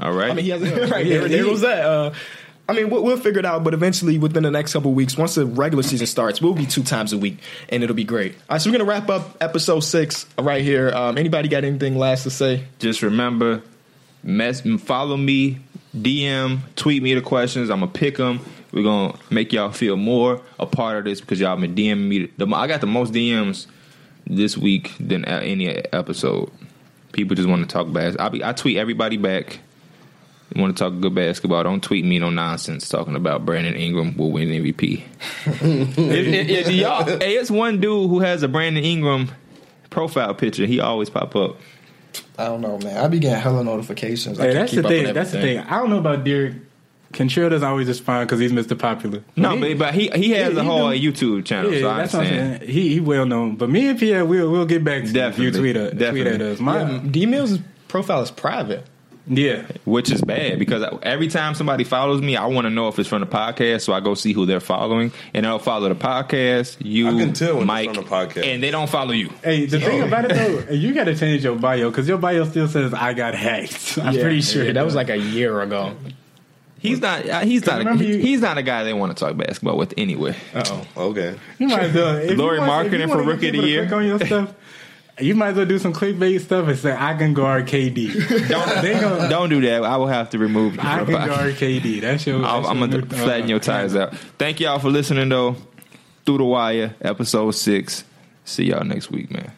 All right. I mean, he has right there, there goes that. Uh, I mean, we'll, we'll figure it out, but eventually, within the next couple weeks, once the regular season starts, we'll be two times a week, and it'll be great. All right, so we're gonna wrap up episode six right here. Um, anybody got anything last to say? just remember mess follow me dm tweet me the questions i'm gonna pick them we're gonna make y'all feel more a part of this because y'all been dming me the, mo- i got the most dms this week than a- any episode people just want to talk bass i be i tweet everybody back want to talk good basketball don't tweet me no nonsense talking about brandon ingram will win mvp If- if- if y'all- hey it's one dude who has a brandon ingram profile picture he always pop up I don't know, man. I be getting hella notifications. Hey, that's the thing. That's the thing. I don't know about Derek. Contrell does always respond because he's Mr. Popular. No, He- but, but he he has Yeah, a he whole do. YouTube channel, so I understand. saying. He he well known, but me and Pierre, we'll we'll get back to you if you. Definitely. Tweet, at- tweet at Definitely. us. My, D Mills' profile is private. yeah. Which is bad because I- every time somebody follows me, I want to know if it's from the podcast, so I go see who they're following, and I'll follow the podcast. You, I can tell when it's Mike, from the podcast. and they don't follow you. Hey, the Oh. thing about it though, you got to change your bio because your bio still says "I got hacked." I'm Yeah, pretty sure yeah, that was like a year ago. He's not. uh, He's not. A, remember you- Uh, he's not a guy they want to talk basketball with anyway. Uh-oh. Okay. You might as well. if you Laurie want- if Marketing you for want to Rookie of get the people to Year. click on your stuff, you might as well do some clickbait stuff and say, "I can guard KD." Don't They gonna- don't do that. I will have to remove you. I from the can podcast. guard KD. That's your. I'm, that's I'm your gonna new- flatten your uh, tires out. Thank y'all for listening though. Through the wire, episode six. See y'all next week, man.